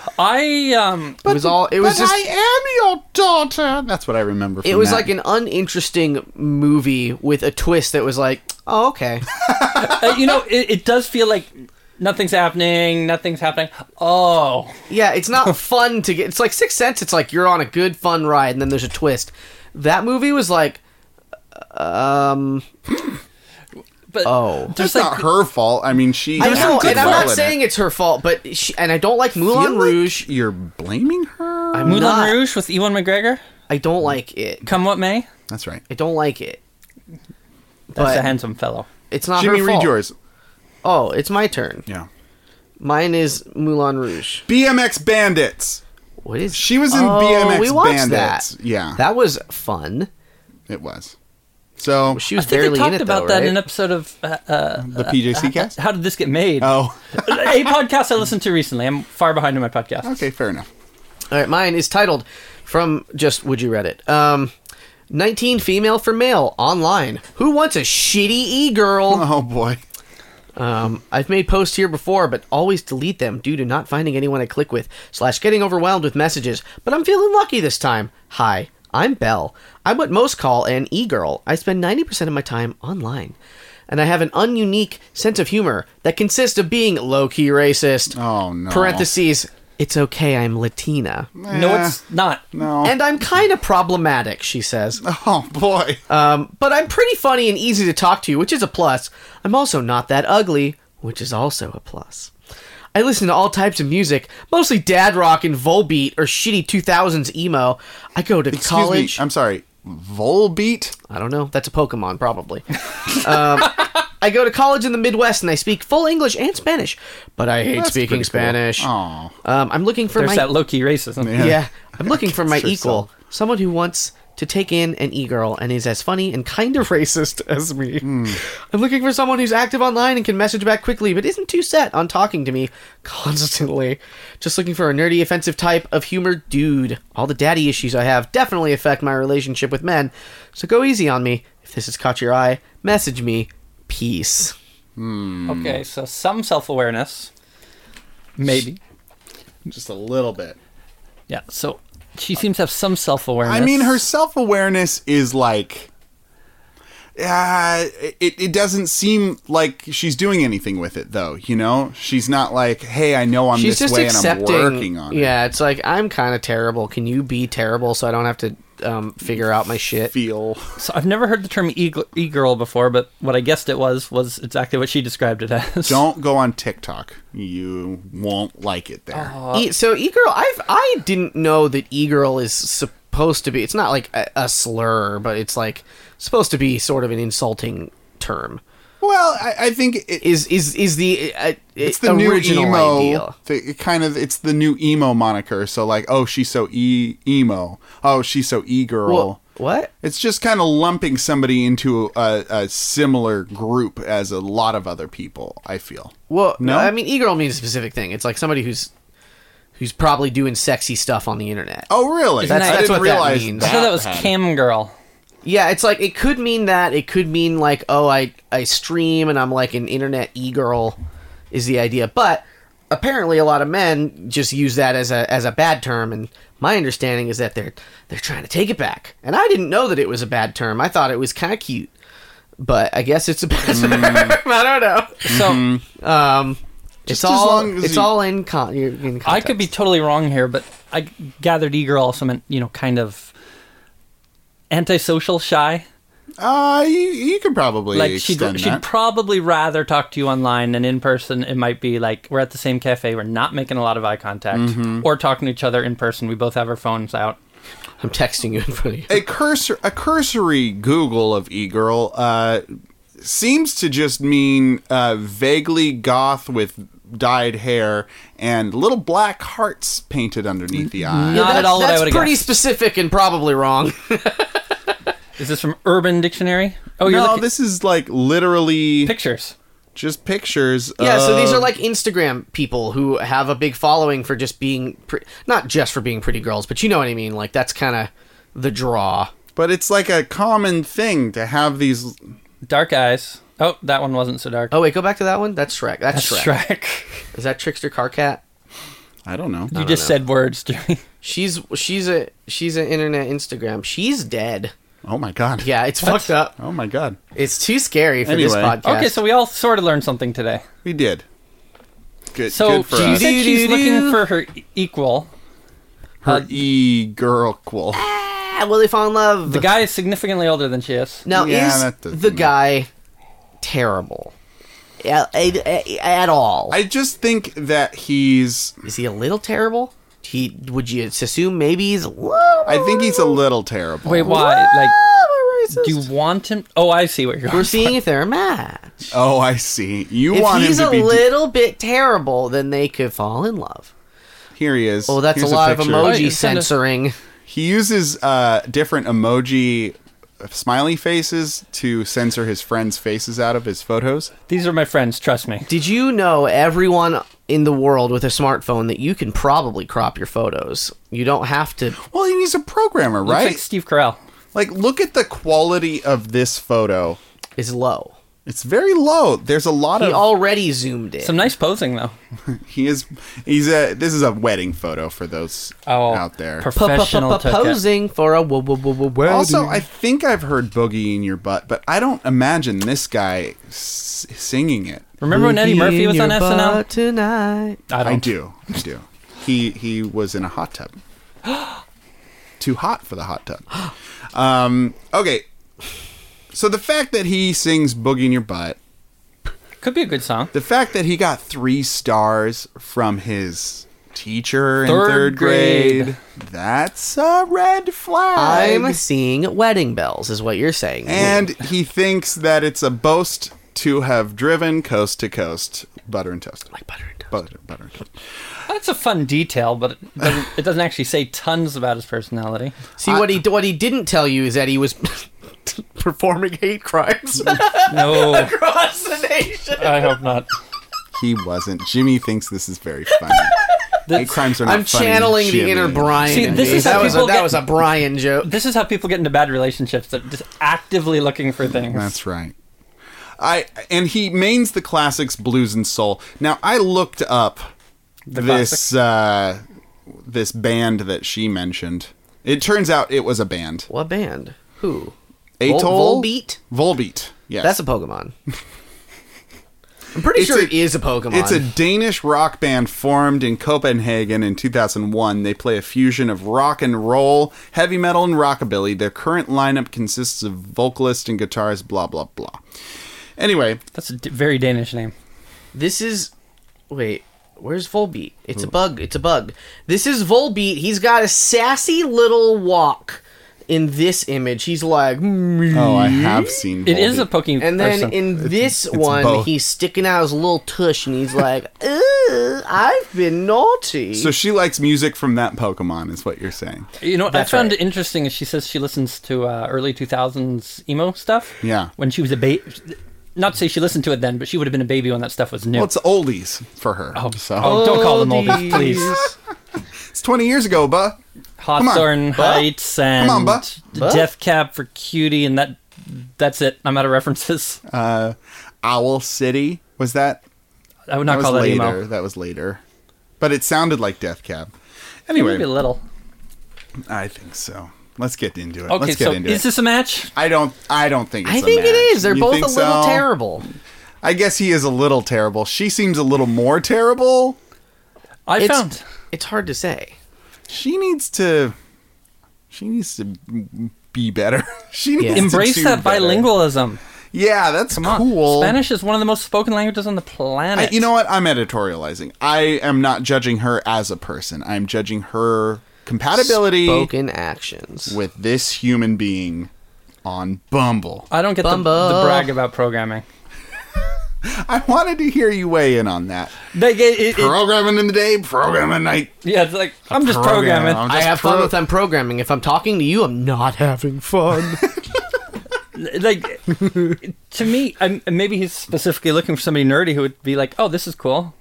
C: It
A: I um
C: was all. It was just.
B: I am your daughter. That's what I remember.
C: It was like an uninteresting movie with a twist that was like, oh okay.
A: uh, you know it, it does feel like nothing's happening, nothing's happening. Oh,
C: Yeah, it's not fun to get. It's like Sixth Sense. It's like you're on a good fun ride, and then there's a twist. That movie was like, um,
A: but
C: oh.
B: It's
A: there's like
B: not her fault. I mean, she.
C: I
B: had
C: know,
B: to
C: and I'm
B: fault
C: not
B: in it.
C: saying it's her fault, but she, and I don't like
B: Feel
C: Moulin
B: like
C: Rouge.
B: You're blaming her.
C: I'm
A: Moulin
C: not.
A: Rouge with Ewan McGregor.
C: I don't like it.
A: Come what may,
B: That's right.
C: I don't like it.
A: that's a
C: But
A: handsome fellow.
C: it's not
B: Jimmy,
C: her
B: read
C: fault.
B: yours.
C: Oh, it's my turn.
B: Yeah.
C: Mine is Moulin Rouge.
B: BMX Bandits.
C: What is
B: She was in
C: oh,
B: BMX
C: we watched
B: Bandits.
C: That.
B: Yeah.
C: that was fun.
B: It was. So
C: She was
A: I think
C: barely
A: we
C: in
A: talked
C: it though,
A: about that
C: right?
A: in an episode of uh, uh,
B: the PJC cast.
A: How Did This Get Made?
B: Oh,
A: a podcast I listened to recently. I'm far behind in my podcast.
B: okay, fair enough.
C: All right, mine is titled from just would you Reddit. Um, 19 female for male online. Who wants a shitty e girl?
B: Oh boy.
C: Um, I've made posts here before, but always delete them due to not finding anyone I click with slash getting overwhelmed with messages. But I'm feeling lucky this time. Hi, I'm Belle. I'm what most call an e girl. I spend 90% of my time online. And I have an ununique sense of humor that consists of being low key racist.
B: Oh, no.
C: Parentheses, it's okay, I'm Latina.
A: No,
B: Eh,
A: it's not.
B: no.
C: And I'm kind of problematic, she says.
B: oh boy.
C: Um, but I'm pretty funny and easy to talk to, which is a plus. I'm also not that ugly, which is also a plus. I listen to all types of music, mostly dad rock and Volbeat or shitty 2000s emo. I go to
B: Excuse
C: college.
B: me. I'm sorry. Volbeat.
C: I don't know. That's a Pokemon, probably. um, I go to college in the Midwest and I speak full English and Spanish, but I hate speaking
B: pretty cool.
C: Spanish.
B: Oh.
C: Um, I'm looking for
A: There's
C: my
A: that low key racism.
B: Yeah.
C: yeah, I'm looking for my
B: Sure
C: equal, someone who wants to take in an e-girl and is as funny and kind of racist as me. I'm looking for someone who's active online and can message back quickly, but isn't too set on talking to me constantly. Just looking for a nerdy, offensive type of humor dude. All the daddy issues I have definitely affect my relationship with men, so go easy on me. If this has caught your eye, message me. Peace. Hmm.
A: Okay, so some self awareness. Maybe.
B: Just a little bit.
A: Yeah, so she seems to have some self awareness.
B: I mean, her self awareness is like. Uh, it, it doesn't seem like she's doing anything with it, though. You know, she's not like, "Hey, I know I'm
C: She's
B: this
C: just
B: way, and I'm
C: accepting.
B: working on it."
C: yeah, it's like I'm kind of terrible. Can you be terrible so I don't have to um, figure out my shit?
B: Feel
A: So I've never heard the term e girl before, but what I guessed it was was exactly what she described it as.
B: don't go on TikTok. You won't like it there.
C: E- so e-girl, I've I didn't know that e-girl is supposed to be. It's not like a, a slur, but it's like supposed to be sort of an insulting term.
B: Well, I, I think it,
C: Is is is the uh,
B: it's the new
C: original
B: emo.
C: idea?
B: thi- it kind of, it's the new emo moniker. So like, oh, she's so e emo. Oh, she's so e girl.
C: Well, what?
B: It's just kind of lumping somebody into a, a similar group as a lot of other people. I feel.
C: Well,
B: No?
C: no, I mean e-girl means a specific thing. It's like somebody who's who's probably doing sexy stuff on the internet.
B: Oh, really?
A: Isn't that-
B: I
A: that's
B: didn't
C: what that
B: realize
C: means.
A: I thought that was
B: had-
A: cam girl.
C: Yeah, it's like it could mean that. It could mean like, oh, I I stream and I'm like an internet e girl, is the idea. But apparently, a lot of men just use that as a as a bad term. And my understanding is that they're they're trying to take it back. And I didn't know that it was a bad term. I thought it was kind of cute, but I guess it's a bad
A: Mm.
C: term. I
A: So
B: Mm-hmm.
C: don't know. Um,
B: Just
C: it's
B: as
C: all
B: long as
C: it's
B: you-
C: all in con. you're In context.
A: I could be totally wrong here, but I gathered e girl also meant, you know, kind of antisocial shy.
B: Uh, you, you could probably
A: Like she'd,
B: extend
A: she'd
B: that.
A: probably rather talk to you online than in person. It might be like we're at the same cafe, we're not making a lot of eye contact,
B: Mm-hmm.
A: or talking to each other in person. We both have our phones out.
C: I'm texting you in front of you.
B: a cursor, a cursory Google of e-girl uh, seems to just mean uh, vaguely goth with dyed hair and little black hearts painted underneath the eye.
A: Not at
C: That's-
A: all what I
C: That's
A: would
C: pretty
A: guessed.
C: specific and probably wrong.
A: Is this from Urban Dictionary? Oh, you're
B: No,
A: looking
B: this is like literally
A: pictures.
B: just pictures.
C: Yeah, so these
B: of-
C: are like Instagram people who have a big following for just being pre- not just for being pretty girls, but you know what I mean. Like that's kind of the draw.
B: But it's like a common thing to have these.
A: Dark eyes. Oh, that one wasn't so dark.
C: Oh wait, go back to that one. That's Shrek. That's, Shrek.
A: Shrek.
C: Is that Trickster Carcat?
B: I don't know.
A: You just said words, Jimmy.
C: She's she's a she's an internet Instagram. She's dead.
B: Oh my god.
C: Yeah, it's fucked up.
B: Oh my god.
C: It's too scary for this
B: Anyway.
C: podcast.
A: Okay, so we all sort of learned something today.
B: We did. Good.
A: So
B: good for
A: she
B: us.
A: said she's looking
C: Do-do-do-do.
A: for her e- equal.
B: Her e girl qual.
C: Ah, will they fall in love?
A: The guy is significantly older than she is.
C: now
B: Yeah, that doesn't
C: is the
B: matter.
C: guy terrible? Yeah, I- I- at all?
B: I just think that he's.
C: Is he a little terrible? He would you assume maybe he's a little?
B: I think he's a little terrible.
A: Wait, why? Like,
C: racist.
A: do you want him? Oh, I see what you're.
C: We're
A: going.
C: seeing if they're a match.
B: Oh, I see. You want
C: if
B: him
C: he's
B: to
C: a
B: be.
C: little bit terrible, then they could fall in love.
B: Here he is.
C: Oh, that's
B: Here's
C: a lot of
A: Oh,
B: picture.
C: emoji
A: yeah, it's kinda-
C: censoring.
B: He uses uh, different emoji smiley faces to censor his friends' faces out of his photos.
A: These are my friends, trust me.
C: Did you know everyone in the world with a smartphone that you can probably crop your photos? You don't have to.
B: Well, he's a programmer,
A: It's
B: right?
A: like Steve Carell.
B: like, look at the quality of this photo.
C: Is low.
B: It's very low. There's a lot
C: He
B: of
C: already zoomed in.
A: Some nice posing though.
B: he is he's a this is a wedding photo for those
A: Oh,
B: out there.
A: professional took it.
C: posing for a wo- wo- wo- wo- wedding.
B: Also, I think I've heard "Boogie in Your Butt," but I don't imagine this guy s- singing it.
A: Remember when Eddie
C: Boogie
A: Murphy
C: in
A: was on
C: your
A: SNL?
C: butt tonight.
A: I don't.
B: I do, I do. He he was in a hot tub. Too hot for the hot tub. Um, okay, so the fact that he sings "Boogie in Your Butt,"
A: Could be a good song.
B: the fact that he got three stars from his teacher in
A: Third
B: third, grade, that's a red flag.
C: I'm seeing wedding bells, is what you're saying.
B: And he thinks that it's a boast to have driven coast to coast, butter and toast.
C: like butter and toast.
B: Butter, butter and toast.
A: That's a fun detail, but it doesn't, it doesn't actually say tons about his personality.
C: See what he what he didn't tell you is that he was performing hate crimes
A: No,
C: across the nation.
A: I hope not.
B: He wasn't. Jimmy thinks this is very funny. Hate crimes are not
C: I'm
B: funny,
C: channeling the
B: Jimmy.
C: inner Brian.
A: See,
C: in
A: this
C: me.
A: is
C: that
A: how
C: was a,
A: people
C: that
A: get-
C: was a Brian joke.
A: This is how people get into bad relationships. They're just actively looking for things.
B: That's right. I and he mains the classics blues and soul. Now I looked up this uh, this band that she mentioned. It turns out it was a band.
C: What band? Who? Vol-
B: Atoll
C: Volbeat.
B: Volbeat. Yes.
C: That's a Pokemon. I'm pretty
B: It's
C: sure
B: a-
C: it is a Pokemon.
B: It's a Danish rock band formed in Copenhagen in 2001. They play a fusion of rock and roll, heavy metal, and rockabilly. Their current lineup consists of vocalist and guitarist, blah, blah, blah. Anyway,
A: That's a d- very Danish name.
C: This is wait, where's Volbeat? It's a
B: Hmm.
C: bug. It's a bug. This is Volbeat. He's got a sassy little walk in this image. He's like, "Mm."
B: oh, I have seen
A: It is a
B: Volbeat.
A: Pokemon.
C: and then in this one,
B: both.
C: he's sticking out his little tush and he's like, "Ooh, I've been naughty."
B: So she likes music from that Pokemon, is what you're saying.
A: you know what I
C: That's
A: found
C: right.
A: interesting is she says she listens to uh, early 2000s emo stuff.
B: Yeah.
A: When she was a baby. Not to say she listened to it then, but she would have been a baby when that stuff was new.
B: Well, it's oldies for her.
A: oh,
B: so
A: oh, don't call them oldies, please.
B: it's 20 years ago, buh. on,
A: Hawthorne
B: Buck.
A: Heights and
B: on, Buck.
A: Death Cab for Cutie, and that that's it. I'm out of references.
B: Uh, Owl City was that?
A: I would not
B: That was
A: call that
B: later.
A: emo.
B: That was later, but it sounded like Death Cab. Anyway,
A: Maybe a little.
B: I think so. Let's get into it.
A: Okay,
B: Let's get
A: so
B: into
A: is
B: it.
A: this a match?
B: I don't. I don't think. It's
C: I
B: a
C: think it
B: match.
C: is. They're
B: You
C: both a
B: think
C: little
B: so?
C: terrible.
B: I guess he is a little terrible. She seems a little more terrible.
A: I
C: It's-
A: found.
C: It's hard to say.
B: She needs to. She needs to be better. she needs
C: Yeah.
B: to
A: Embrace
B: do
A: that
B: better.
A: bilingualism.
B: Yeah, that's
A: Come on.
B: cool.
A: Spanish is one of the most spoken languages on the
B: I,
A: planet.
B: you know what? I'm editorializing. I am not judging her as a person. I'm judging her compatibility
C: Spoken actions.
B: with this human being on Bumble.
A: I don't get the,
C: Bumble.
A: the brag about programming.
B: I wanted to hear you weigh in on that.
A: Like, it- it- it-
B: Programming in the day, programming at night.
A: yeah, it's like I'm just
B: Programming.
A: programming.
B: I'm
C: I
B: just
C: have
B: pro-
C: fun with them programming. If I'm talking to you, I'm not having fun.
A: Like to me, I'm, maybe he's specifically looking for somebody nerdy who would be like, "Oh, this is cool."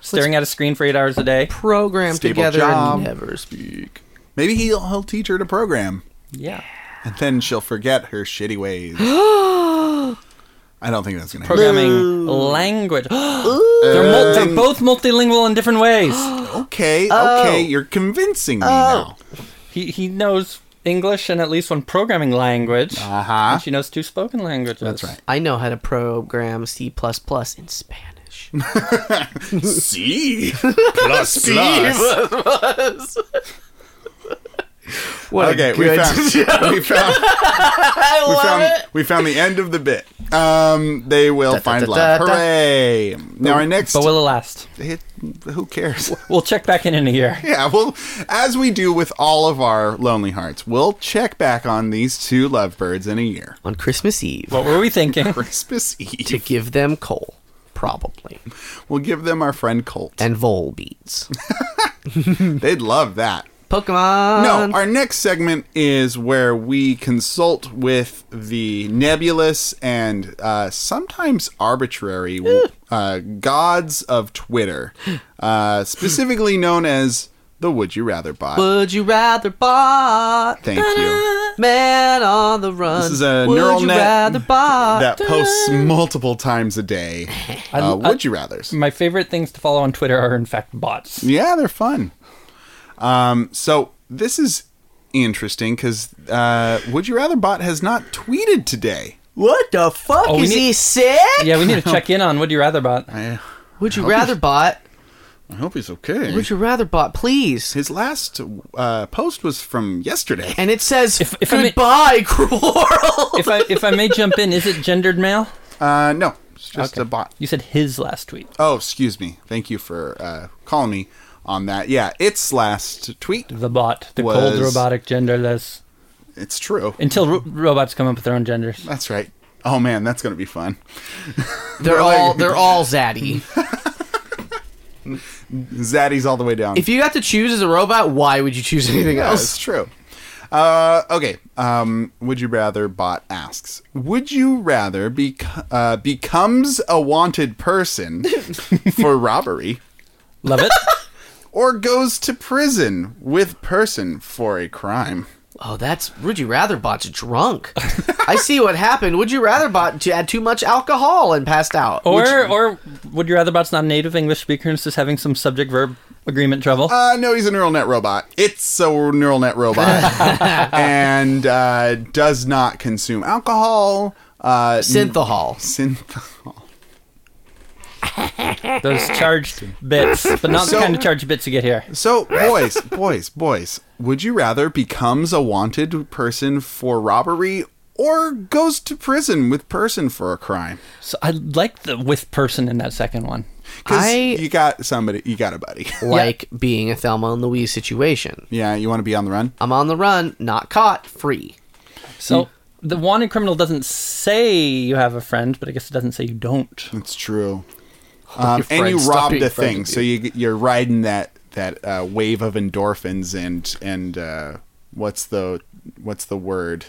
A: Staring at a screen for eight hours a day.
C: program
B: Stable
C: together
B: job.
C: and never speak.
B: Maybe he'll, he'll teach her to program,
A: Yeah.
B: and then she'll forget her shitty ways. I don't think that's gonna happen. Um,
A: programming language. they're, mul- they're both multilingual in different ways.
B: Okay,
C: Oh.
B: okay, you're convincing me
A: he he knows English and at least one programming language.
B: now. Uh huh.
A: and she knows two spoken languages. That's
B: right.
C: I know how to program C in Spanish.
B: C plus plus.
C: What
B: Okay, we found, we found
C: I
B: we
C: love
B: found
C: it.
B: we found the end of the bit. Um, they will find
C: da,
B: love.
C: da, da.
B: Hooray! Now our next.
A: But will it last?
B: hit, who cares?
A: We'll check back in in a year.
B: Yeah, well, as we do with all of our lonely hearts, we'll check back on these two lovebirds in a year.
C: On Christmas Eve
A: What were we thinking?
B: Christmas Eve.
C: to give them coal, probably,
B: We'll give them our friend Colt.
C: and vole beads.
B: They'd love that.
C: Pokemon.
A: Um,
B: No, our next segment is where we consult with the nebulous and uh, sometimes arbitrary uh, gods of Twitter, uh, specifically known as the Would You Rather bot.
C: Would you rather bot
B: Thank you.
C: man on the run?
B: This is a
C: Would
B: neural
C: you
B: net
C: rather bot?
B: that posts multiple times a day. Uh,
A: I-
B: would you rather's?
A: My favorite things to follow on Twitter are, in fact, bots.
B: Yeah, they're fun. Um, so this is interesting because uh, Would You Rather Bot has not tweeted today.
C: what the fuck
A: Oh, we
C: is
A: need-
C: he sick?
A: Yeah, we need to check in on Would You Rather Bot.
B: I,
C: Would you rather bot?
B: I hope he's okay.
C: Would you rather bot? Please.
B: His last uh, post was from yesterday.
C: And it says
A: If- if I may-
C: goodbye, cruel world.
A: If I if I may jump in, is it gendered male?
B: Uh, no, it's just
A: Okay.
B: a bot.
A: You said his last tweet.
B: Oh, excuse me. Thank you for uh, calling me on that. Yeah, its last tweet.
A: The bot, the cold
B: Was-
A: robotic genderless.
B: It's true.
A: Until ro- robots come up with their own genders.
B: That's right. Oh man, that's gonna be fun.
C: they're
B: like-
C: all they're all zaddy.
B: Zaddy's all the way down.
C: If you got to choose as a robot, why would you choose anything
B: Yeah,
C: else?
B: That's true. Uh, okay. Um, would you rather? Bot asks. Would you rather be uh, becomes a wanted person for robbery,
A: Love it.
B: or goes to prison with person for a crime?
C: Oh, that's Would You Rather Bot's drunk. I see what happened. Would You Rather Bot to add too much alcohol and passed out.
A: Or or Would You Rather Bot's not a native English speaker and is just having some subject verb agreement trouble.
B: Uh, no, he's a neural net robot. It's a neural net robot, and uh, does not consume alcohol. Uh,
C: Synthahol.
B: synth-
A: Those charged bits, but not
B: So-
A: the kind of charged bits you get here.
B: So, boys, boys, boys, would you rather becomes a wanted person for robbery or goes to prison with person for a crime?
A: So I like the with person in that second one.
B: Because
C: I-
B: you got somebody, you got a buddy.
C: Like being a Thelma and Louise situation.
B: yeah, you want to be on the run?
C: I'm on the run, not caught, free.
A: So the wanted criminal doesn't say you have a friend, but I guess it doesn't say you don't.
B: That's true.
C: your
B: Um, and you
C: friends, stop
B: robbed
C: being
B: a
C: friends
B: thing,
C: with
B: so you you're riding that that uh, wave of endorphins and and uh, what's the what's the word?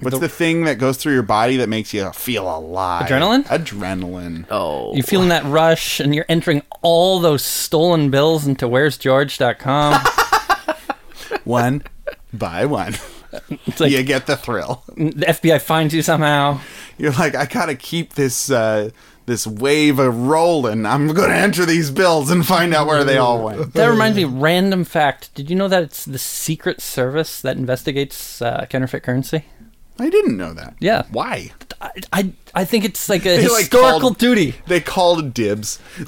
B: What's the, thing that goes through your body that makes you feel alive?
A: Adrenaline?
B: Adrenaline.
C: Oh.
A: You're feeling that rush, and you're entering all those stolen bills into where'sgeorge.com.
B: One by one.
A: It's like
B: you get the thrill.
A: the FBI finds you somehow.
B: You're like, I gotta keep this uh, this wave a rolling. I'm gonna enter these bills and find out where they all went.
A: That reminds me, random fact. Did you know that it's the Secret Service that investigates uh, counterfeit currency?
B: I didn't know that.
A: Yeah.
B: Why?
A: I, I, I think it's like a
B: They, like,
A: historical
B: called-
A: duty.
B: They called dibs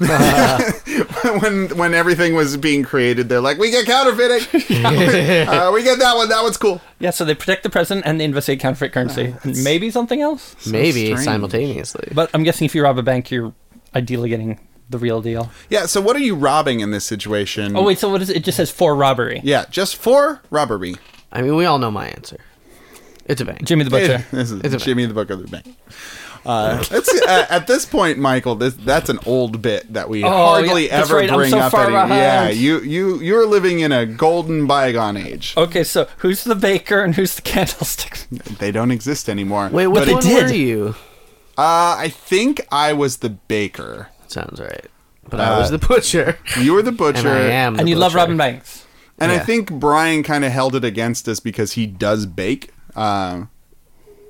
B: when when everything was being created. They're like, we get counterfeiting. uh, we get that one. That one's cool.
A: Yeah, so they protect the president and they investigate counterfeit
B: Ah,
A: currency. And Maybe something else?
C: Maybe
B: strange.
C: simultaneously.
A: But I'm guessing if you rob a bank, you're ideally getting the real deal.
B: Yeah. So what are you robbing in this situation?
A: Oh, wait, so what is it? It just says for robbery.
B: Yeah, just for robbery.
C: I mean, we all know my answer. It's a bank.
A: Jimmy the Butcher.
B: This is
C: It's a-
B: Jimmy the Book of the Bank. Uh, that's, uh, at this point, Michael, this, that's an old bit that
C: Oh,
B: we hardly
A: yeah, that's
B: ever
A: right, I'm
B: bring
A: so
B: up.
A: far
B: any- yeah,
A: behind.
B: you you you're living in a golden bygone
C: Oh.
B: age.
A: Okay, so who's the baker and who's the candlestick?
B: They don't exist anymore.
C: Wait, what
B: But it-
C: one
A: did.
C: were you?
B: uh, I think I was the baker.
C: Sounds right. But I
B: Uh,
C: was the butcher.
B: You were the
C: And
B: butcher,
C: I am. the
A: and you love
C: butcher.
A: Robin Banks.
B: and I
C: Yeah.
B: think Brian kind of held it against us because he does bake. Um,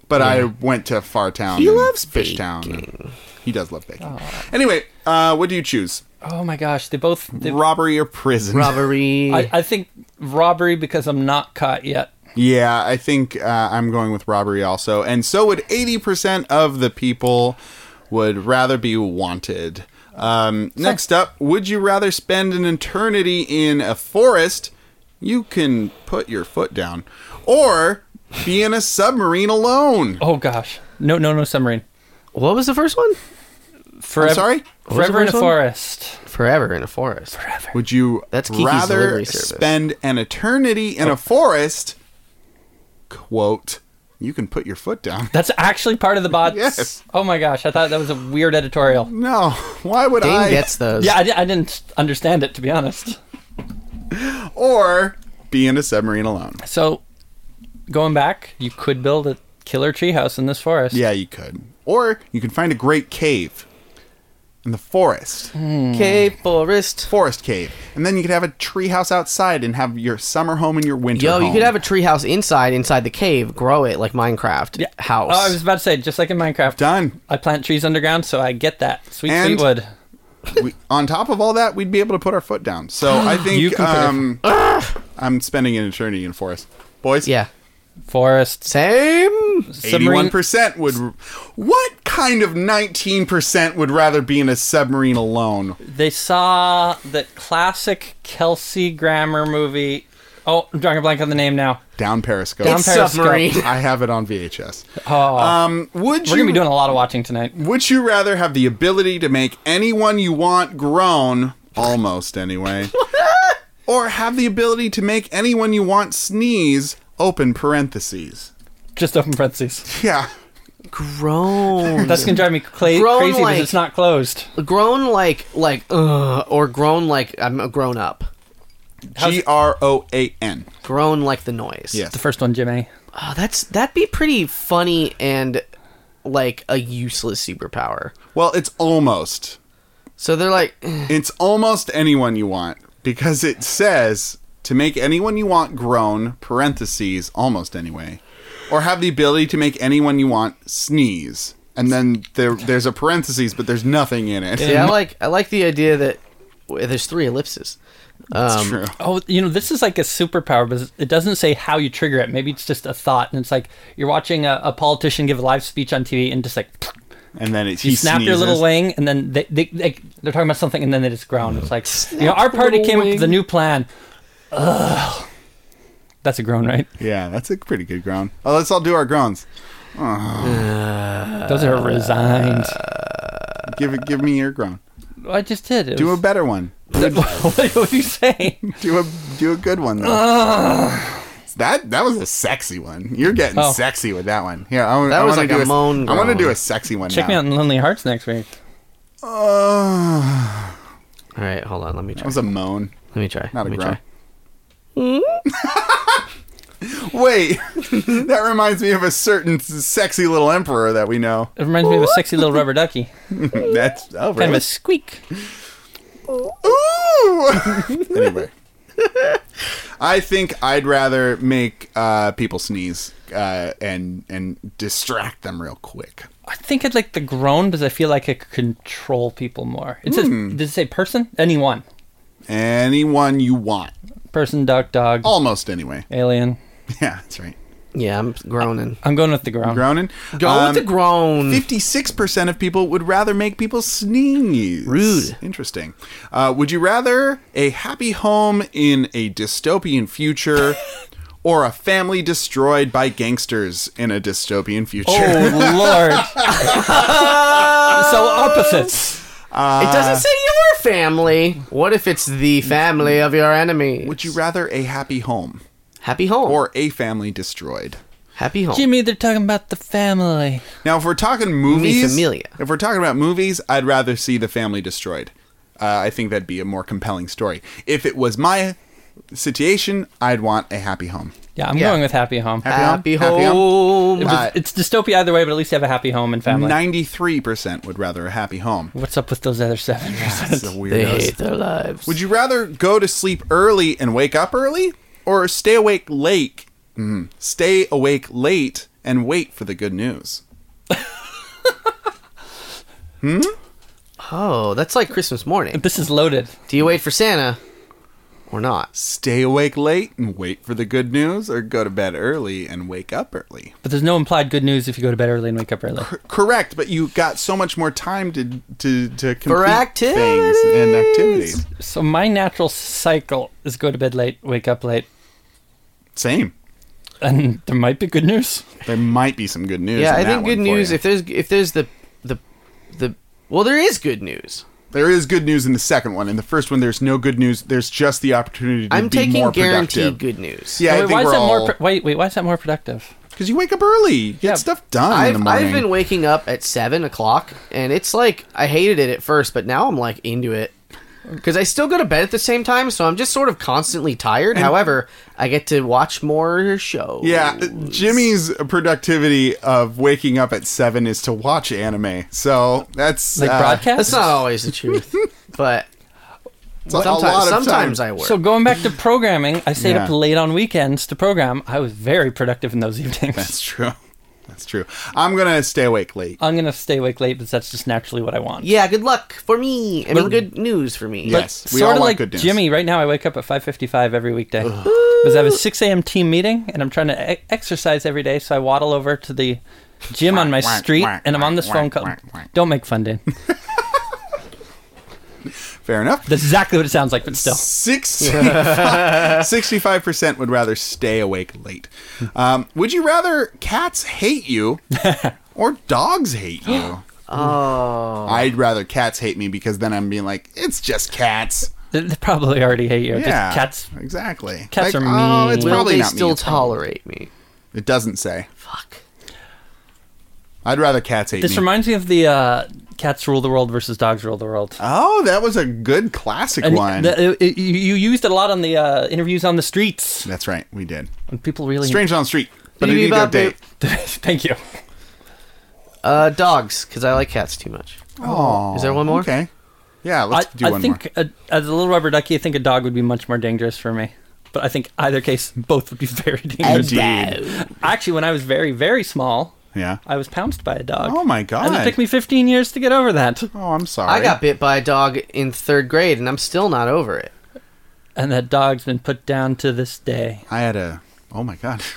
B: but I went to Far Town.
C: He
B: and
C: loves
B: Fish Town.
C: baking. Oh.
B: He does love baking. Anyway, uh, what do you choose?
A: Oh my gosh, they both. They,
B: robbery or prison.
C: Robbery.
A: I, I think robbery because I'm not caught yet.
B: Yeah, I think uh, I'm going with robbery also. And so would 80% of the people would rather be wanted. Um, next up, would you rather spend an eternity in a forest? You can put your foot down. Or be in a submarine alone.
A: Oh gosh, no, no, no submarine.
C: what was the first one?
A: Forever,
B: sorry?
C: was the
A: forever in a
C: first one?
A: forest.
C: Forever in a forest.
B: Would you
C: That's Kiki's
B: rather
C: delivery service. Oh.
B: spend an eternity in a forest? Quote, you can put your foot down.
A: That's actually part of the bots.
B: Yes.
A: Oh my gosh, I thought that was a weird editorial.
B: No, why would
C: Dane
B: I?
C: gets those.
A: Yeah, I, di- I didn't understand it to be honest.
B: or be in a submarine alone.
A: So, going back, you could build a killer treehouse in this forest.
B: Yeah, you could. Or you could find a great cave in the forest.
C: Mm. Cave forest.
B: Forest cave. And then you could have a treehouse outside and have your summer home and your winter
C: Yo,
B: home.
C: you could have a treehouse inside, inside the cave, grow it like Minecraft house.
A: Oh, I was about to say, just like in Minecraft,
B: Done.
A: I plant trees underground, so I get that sweet
B: And-
A: sweet wood.
B: we, on top of all that, we'd be able to put our foot down. So I think
A: You can put your-
B: um, I'm spending an eternity in forest. Boys,
C: yeah.
A: Forests,
C: Same.
A: submarine.
B: Eighty-one percent would. What kind of nineteen percent would rather be in a submarine alone?
A: They saw the classic Kelsey Grammer movie. Oh, I'm drawing a blank on the name now.
B: Down Periscope.
A: Down
C: It's
A: Periscope.
C: submarine.
B: I have it on VHS.
A: Oh,
B: Um, would
A: we're
B: you
A: gonna be doing a lot of watching tonight.
B: would you rather have the ability to make anyone you want groan, almost anyway, or have the ability to make anyone you want sneeze? Open parentheses.
A: Just open parentheses.
B: Yeah.
C: Grown.
A: That's gonna drive me cla-
C: Grown
A: crazy
C: like-
A: because it's not closed.
C: grown like like uh, or grown like I'm a grown up.
A: How's-
B: G R O A N.
C: Grown like the noise.
B: Yes.
A: The first one, Jimmy.
C: Oh, that's that'd be pretty funny and like a useless superpower.
B: Well, it's almost.
C: So they're like, eh,
B: It's almost anyone you want because it says to make anyone you want groan, parentheses, almost anyway, or have the ability to make anyone you want sneeze. And then there, there's a parentheses, but there's nothing in it.
C: yeah, I like I like the idea that well, there's three ellipses.
B: It's true.
A: Oh, you know, this is like a superpower, but it doesn't say how you trigger it. Maybe it's just a thought, and it's like you're watching a, a politician give a live speech on TV, and just like
B: And then it's
A: you
B: he
A: snap your
B: sneezes.
A: little wing, and then they, they, they they're talking about something, and then they just groan. It's like you know, our party
C: little
A: came up with a
C: wing.
A: new plan. Ugh. That's a groan, right?
B: Yeah, that's a pretty good groan. Oh, let's all do our groans.
A: Those are resigned.
B: Give it. Give me your groan.
A: uh, I just did. It
B: Do a
A: was-
B: better one.
A: what are you saying?
B: Do a do a good one though. That that was a sexy one. You're getting
A: Oh.
B: sexy with that one. Here, I,
C: That
B: I
C: was
B: wanna
C: like
B: do
C: a moan
B: I want to do
C: groan.
B: a sexy one.
A: Check
B: now.
A: me out in Lonely Hearts next week.
B: Uh,
C: All right, hold on, let me
B: that
C: try.
B: was a moan,
C: Let me try.
B: not
C: let
B: a
C: me
B: groan.
C: try.
B: Wait, that reminds me of a certain s- sexy little emperor that we know.
A: It reminds me of a sexy little rubber ducky,
B: That's
A: kind
B: oh,
A: of
B: really?
A: a squeak.
B: Ooh. anyway, I think I'd rather make uh, people sneeze uh, and and distract them real quick.
A: I think I'd like the groan because I feel like I could control people more. It says,
B: Hmm.
A: did it say person? Anyone.
B: Anyone you want,
A: Person, duck, dog,
B: almost anyway.
A: alien.
B: Yeah, that's right.
C: Yeah, I'm groaning.
A: I'm going with the groan.
B: Groaning.
C: Go
B: Um,
C: with the groan.
B: Fifty-six percent of people would rather make people sneeze.
C: Rude.
B: Interesting. Uh, would you rather a happy home in a dystopian future, or a family destroyed by gangsters in a dystopian future?
A: Oh, Lord. so opposites.
C: it doesn't say your family. Uh, What if it's the family of your enemy?
B: Would you rather a happy home
C: happy home
B: or a family destroyed?
C: happy home?
A: Jimmy, they're talking about the family.
B: Now, if we're talking movies,
C: familia.
B: if we're talking about movies, I'd rather see the family destroyed. Uh, I think that'd be a more compelling story. If it was my situation, I'd want a happy home.
A: Yeah, I'm
C: Yeah.
A: going with happy home.
C: happy,
B: Happy home? Happy
C: home.
A: It was-
B: Uh,
A: it's dystopia either way, but at least you have a happy home and family.
B: Ninety-three percent would rather a happy home.
A: What's up with those other seven?
B: That's the
C: They
B: weirdos.
C: hate their lives.
B: Would you rather go to sleep early and wake up early, or stay awake late? Mm, stay awake late and wait for the good news.
C: Oh, that's like Christmas morning.
A: this is loaded.
C: Do you wait for Santa or not?
B: Stay awake late and wait for the good news, or go to bed early and wake up early.
A: But there's no implied good news if you go to bed early and wake up early.
B: correct, but you got so much more time to to to complete
C: activities.
B: things and activities.
A: So my natural cycle is go to bed late, wake up late,
B: Same.
A: and there might be good news.
B: There might be some good news.
C: yeah,
B: in
C: I
B: that
C: think
B: one
C: good
B: for
C: news
B: you.
C: if there's if there's the the the well, there is good news.
B: there is good news in the second one. In the first one, there's no good news. There's just the opportunity to
C: I'm
B: be
C: taking
B: more productive.
C: guaranteed good news.
B: Yeah, I
A: wait,
B: think
A: why is
B: we're
A: that
B: all
A: more? Pro- wait, wait, why is that more productive?
B: because you wake up early, you get
A: Yeah.
B: stuff done in
C: I've
B: the morning.
C: I've been waking up at seven o'clock, and it's like I hated it at first, but now I'm like into it. because I still go to bed at the same time, so I'm just sort of constantly tired. However, I get to watch more shows.
B: Yeah, Jimmy's productivity of waking up at seven is to watch anime. So that's
A: Like
B: uh,
A: broadcast.
C: that's not always the truth, but
B: it's a- a lot
C: sometimes
B: of
C: sometimes
B: time.
C: I work.
A: So going back to programming, I stayed up
B: Yeah.
A: late on weekends to program. I was very productive in those evenings.
B: That's true. That's true. I'm gonna stay awake late.
A: I'm gonna stay awake late because that's just naturally what I want.
C: yeah, good luck for me. I mean, good news for me.
B: Yeah. Yes, we all
A: sort of
B: want
A: like
B: good news.
A: Jimmy. Right now, I wake up at 5:55 every weekday because I have a 6 a.m. team meeting, and I'm trying to e- exercise every day. So I waddle over to the gym on my
B: Whack, whack,
A: street,
B: whack,
A: and I'm on this
B: whack,
A: phone call.
B: whack, whack.
A: Don't make fun, Dan.
B: Fair enough.
A: That's exactly what it sounds like, but still.
B: 65 percent would rather stay awake late. Um, would you rather cats hate you or dogs hate you?
C: Oh,
B: I'd rather cats hate me because then I'm being like, it's just cats.
A: They, they probably already hate you.
B: yeah,
A: Just cats.
B: Exactly.
A: cats
B: Like,
A: are
B: Oh, it's
A: mean."
C: will
B: probably
C: they
B: not
C: still
B: me.
C: tolerate me?
B: It doesn't say.
C: Fuck.
B: I'd rather cats hate
A: This
B: me.
A: reminds me of the uh, cats rule the world versus dogs rule the world.
B: oh, that was a good classic
A: And
B: one.
A: the- it- it- you you used it a lot on the uh, interviews on the streets.
B: That's right. We did.
A: And people really.
B: Strange on the Street. But
C: Beep,
B: it
C: beep,
B: didn't
C: bop,
B: date.
A: Thank you.
C: Uh, dogs, because I like cats too much.
B: Oh,
C: Is there one more?
B: Okay. Yeah, let's
A: I,
B: do
A: I
B: one more.
A: think a, as a little rubber ducky, I think a dog would be much more dangerous for me. But I think either case, both would be very dangerous.
B: Indeed.
A: Actually, when I was very, very small,
B: Yeah.
A: I was pounced by a dog.
B: Oh my
A: And it
B: god.
A: took me 15 years to get over that.
B: oh, I'm sorry.
C: I got bit by a dog in third grade, and I'm still not over it.
A: And that dog's been put down to this day.
B: I had a. Oh my god.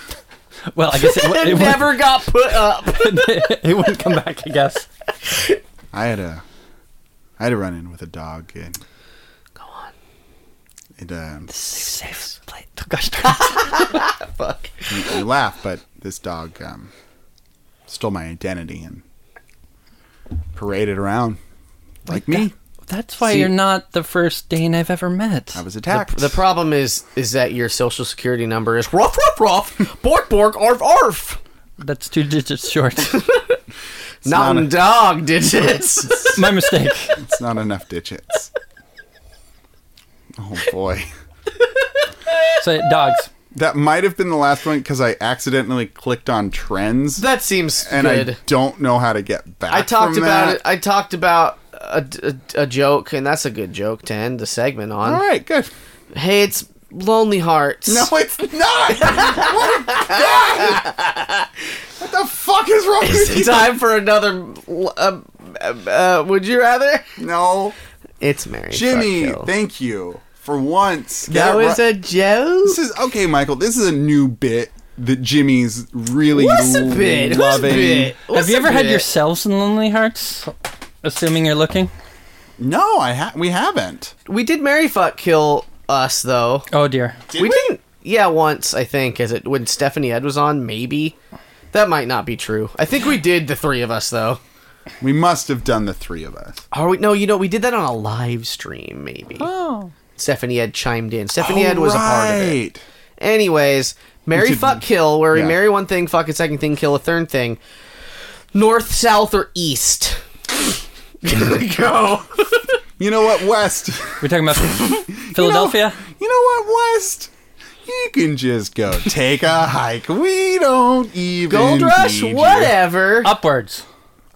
A: Well, I guess it, w- it,
C: It
A: wouldn't-
C: never got put up.
A: it wouldn't come back. I guess.
B: I had a. I had a run in with a dog and.
C: Go on.
B: It, um,
A: Safe, safe play. Oh, gosh darn it.
C: Fuck.
B: you, you laugh, but this dog um, stole my identity and paraded around like me.
A: That's why
C: See-
A: you're not the first Dane I've ever met.
B: I was
C: The,
B: attacked.
C: the problem is, is that your social security number is ruff ruff ruff bork bork arf arf.
A: That's two digits short.
C: Not
B: not
C: in dog digits.
A: My mistake.
B: It's not enough digits. oh boy.
A: So dogs.
B: That might have been the last one because I accidentally clicked on trends,
C: that seems
B: and
C: good.
B: I don't know how to get back.
C: I talked
B: from
C: about
B: that.
C: it. I talked about a, a, a joke, and that's a good joke to end the segment on.
B: All right, good.
C: Hey, it's Lonely Hearts.
B: No, it's not. what, God! what the fuck is wrong with you?
C: it's time for another. Uh, uh, uh, would you rather?
B: No,
C: It's Mary.
B: Jimmy,
C: Fuck Hill.
B: thank you for once.
C: that
B: Get it
C: was
B: right.
C: a joke.
B: This is okay, Michael. This is a new bit that Jimmy's really
C: What's a bit? What's a
B: loving.
C: bit? What's
A: Have you
C: a
A: ever had
C: bit?
A: yourselves in Lonely Hearts? Assuming you're looking.
B: No, I ha- we haven't.
C: We did Mary fuck kill us though.
A: Oh dear.
C: we, didn't. Yeah, once I think, as it when Stephanie Ed was on, maybe. That might not be true. I think we did the three of us though.
B: We must have done the three of us.
C: Are we? No, you know we did that on a live stream. Maybe
A: Oh.
C: Stephanie Ed chimed in. Stephanie Ed was a part of it.
B: Oh, Right.
C: Anyways, marry,
B: should-
C: fuck, kill, where
B: yeah.
C: we marry one thing, fuck a second thing, kill a third thing. North, south, or east? Go.
B: You know what, West?
A: We're talking about Philadelphia.
B: You know what, West? You can just go take a hike. We don't even
C: Gold rush,
B: need you.
C: whatever.
A: Upwards.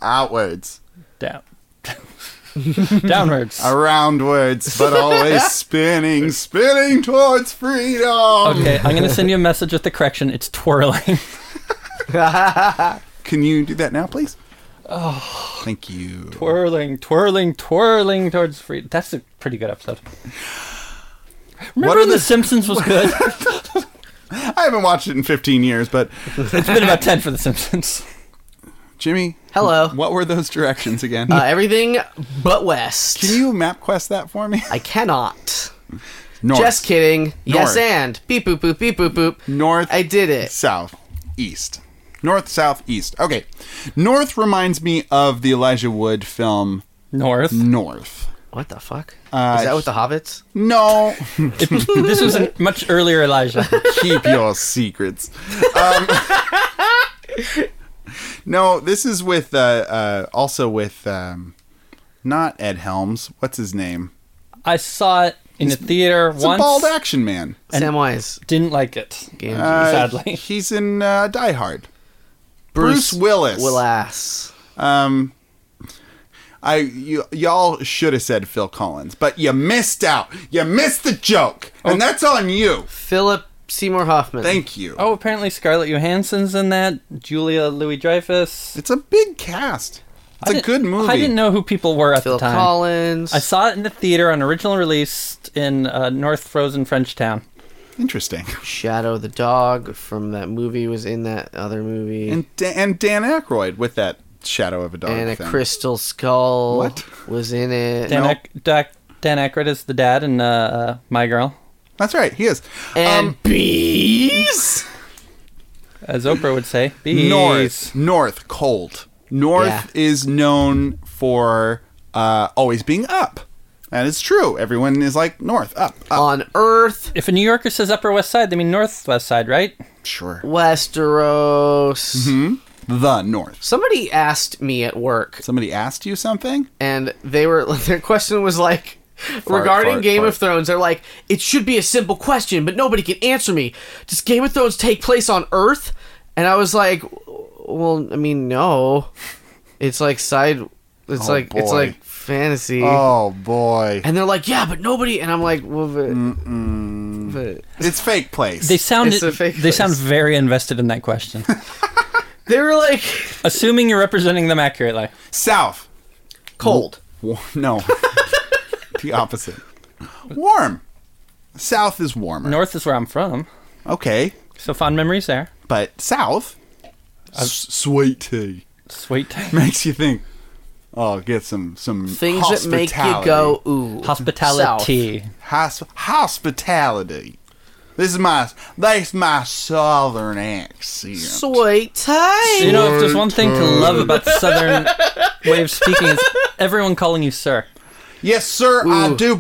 B: Outwards,
A: Down. Downwards.
B: aroundwards, but always spinning, spinning towards freedom.
A: Okay, I'm gonna send you a message with the correction. It's twirling.
B: Can you do that now, please? Oh, thank you.
A: twirling, twirling, twirling towards free. That's a pretty good episode. Remember
B: are
A: when The
B: the-
A: Simpsons was good?
B: I haven't watched it in 15 years, but
A: it's been about ten for The Simpsons.
B: Jimmy,
C: Hello.
B: what were those directions again?
C: Uh, everything but west.
B: Can you map quest that for me?
C: I cannot.
B: North,
C: Just kidding.
B: North.
C: Yes, and beep boop boop beep boop boop.
B: north,
C: I did it.
B: south, east. North, south, east. Okay. North reminds me of the Elijah Wood film
A: North.
B: North.
C: What the fuck?
B: Uh,
C: Is that with the hobbits?
B: No,
A: It- this was a much earlier Elijah.
B: keep your secrets. Um, no, this is with uh, uh, also with um, not Ed Helms. What's his name?
A: I saw it in the theater
B: It's
A: once.
B: a bald action man.
C: Samwise.
A: Didn't like it.
C: Game
B: Uh,
A: Sadly.
B: he's in uh, Die Hard. Bruce, Willis.
C: Willis.
B: Um, I you, y'all should have said Phil Collins, but you missed out. You missed the joke, and that's on you.
C: Philip Seymour Hoffman.
B: Thank you.
A: Oh, apparently Scarlett Johansson's in that. Julia Louis Dreyfus.
B: It's a big cast. It's a good movie.
A: I didn't know who people were at
C: Phil
A: the time.
C: Collins.
A: I saw it in the theater on original release in uh, North Frozen, Frenchtown.
B: Interesting.
C: Shadow the dog from that movie was in that other movie.
B: And Dan, and Dan Aykroyd with that Shadow of a Dog
C: and a
B: thing.
C: crystal skull
B: What?
C: was in it.
A: Dan,
B: Nope.
A: Ack- Doc- Dan Aykroyd is the dad in uh, uh, My Girl,
B: That's right. He is.
C: And
B: um,
C: bees.
A: as Oprah would say. Bees.
B: North. North cold. North
C: Yeah.
B: is known for uh, always being up. And it's true. Everyone is like North up, up.
C: on Earth,
A: If a New Yorker says Upper West Side, they mean North West Side, right?
B: Sure.
C: Westeros.
B: Mm-hmm. The North.
C: Somebody asked me at work,
B: Somebody asked you something?
C: and they were their question was like. Regarding
B: fart,
C: Game
B: fart.
C: of Thrones, they're like, it should be a simple question, but nobody can answer me. Does Game of Thrones take place on Earth? And I was like, well, I mean, no. It's like side. It's
B: Oh,
C: like it's
B: boy.
C: like fantasy.
B: Oh boy.
C: And they're like, yeah, but nobody. And I'm like, well, but, but
B: It's fake place.
A: They sound
C: It's a
A: they
C: fake place.
A: sound very invested in that question.
C: they were like
A: Assuming you're representing them accurately.
B: South.
C: cold.
B: Wa- No. the opposite. Warm. South is warmer.
A: North is where I'm from,
B: Okay.
A: so fond memories there.
B: But South. S- sweet tea.
A: Sweet
B: Makes you think. Oh, get some some
C: Things that make you
B: hospitality.
C: go ooh.
A: hospitality.
B: Hos- hospitality. This is my that's my southern accent.
C: South. Sweet time.
A: You know, if there's one thing to love about the southern way of speaking is everyone calling you sir.
B: yes, sir, I do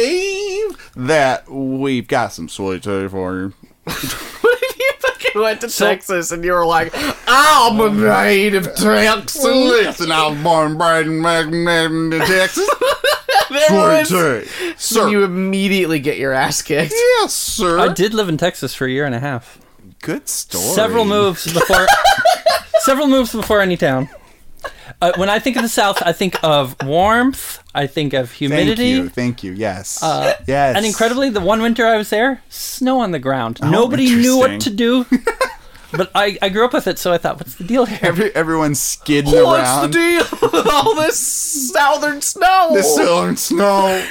B: believe that we've got some sweet tea for you.
C: What if you fucking went to Texas and you were like, I'm a native Texan?
B: Listen, I was born and bred in Magneton, Texas.
C: Everyone's-
B: Sweet tea, sir.
C: You immediately get your ass kicked.
B: yes, sir.
A: I did live in Texas for a year and a half.
B: Good story.
A: Several moves before several moves before any town. Uh, when I think of the South, I think of warmth. I think of
B: Thank
A: humidity.
B: you. Thank you. Yes. yes.
A: And
B: Oh,
A: Uh, incredibly, the one winter I was there, snow on the ground. Nobody knew what to
B: interesting.
A: do. but I, I grew up with it, so I thought, what's the deal here?
B: Every, everyone's skidding
C: What's the
B: around.
C: deal with all this southern snow?
B: the southern snow.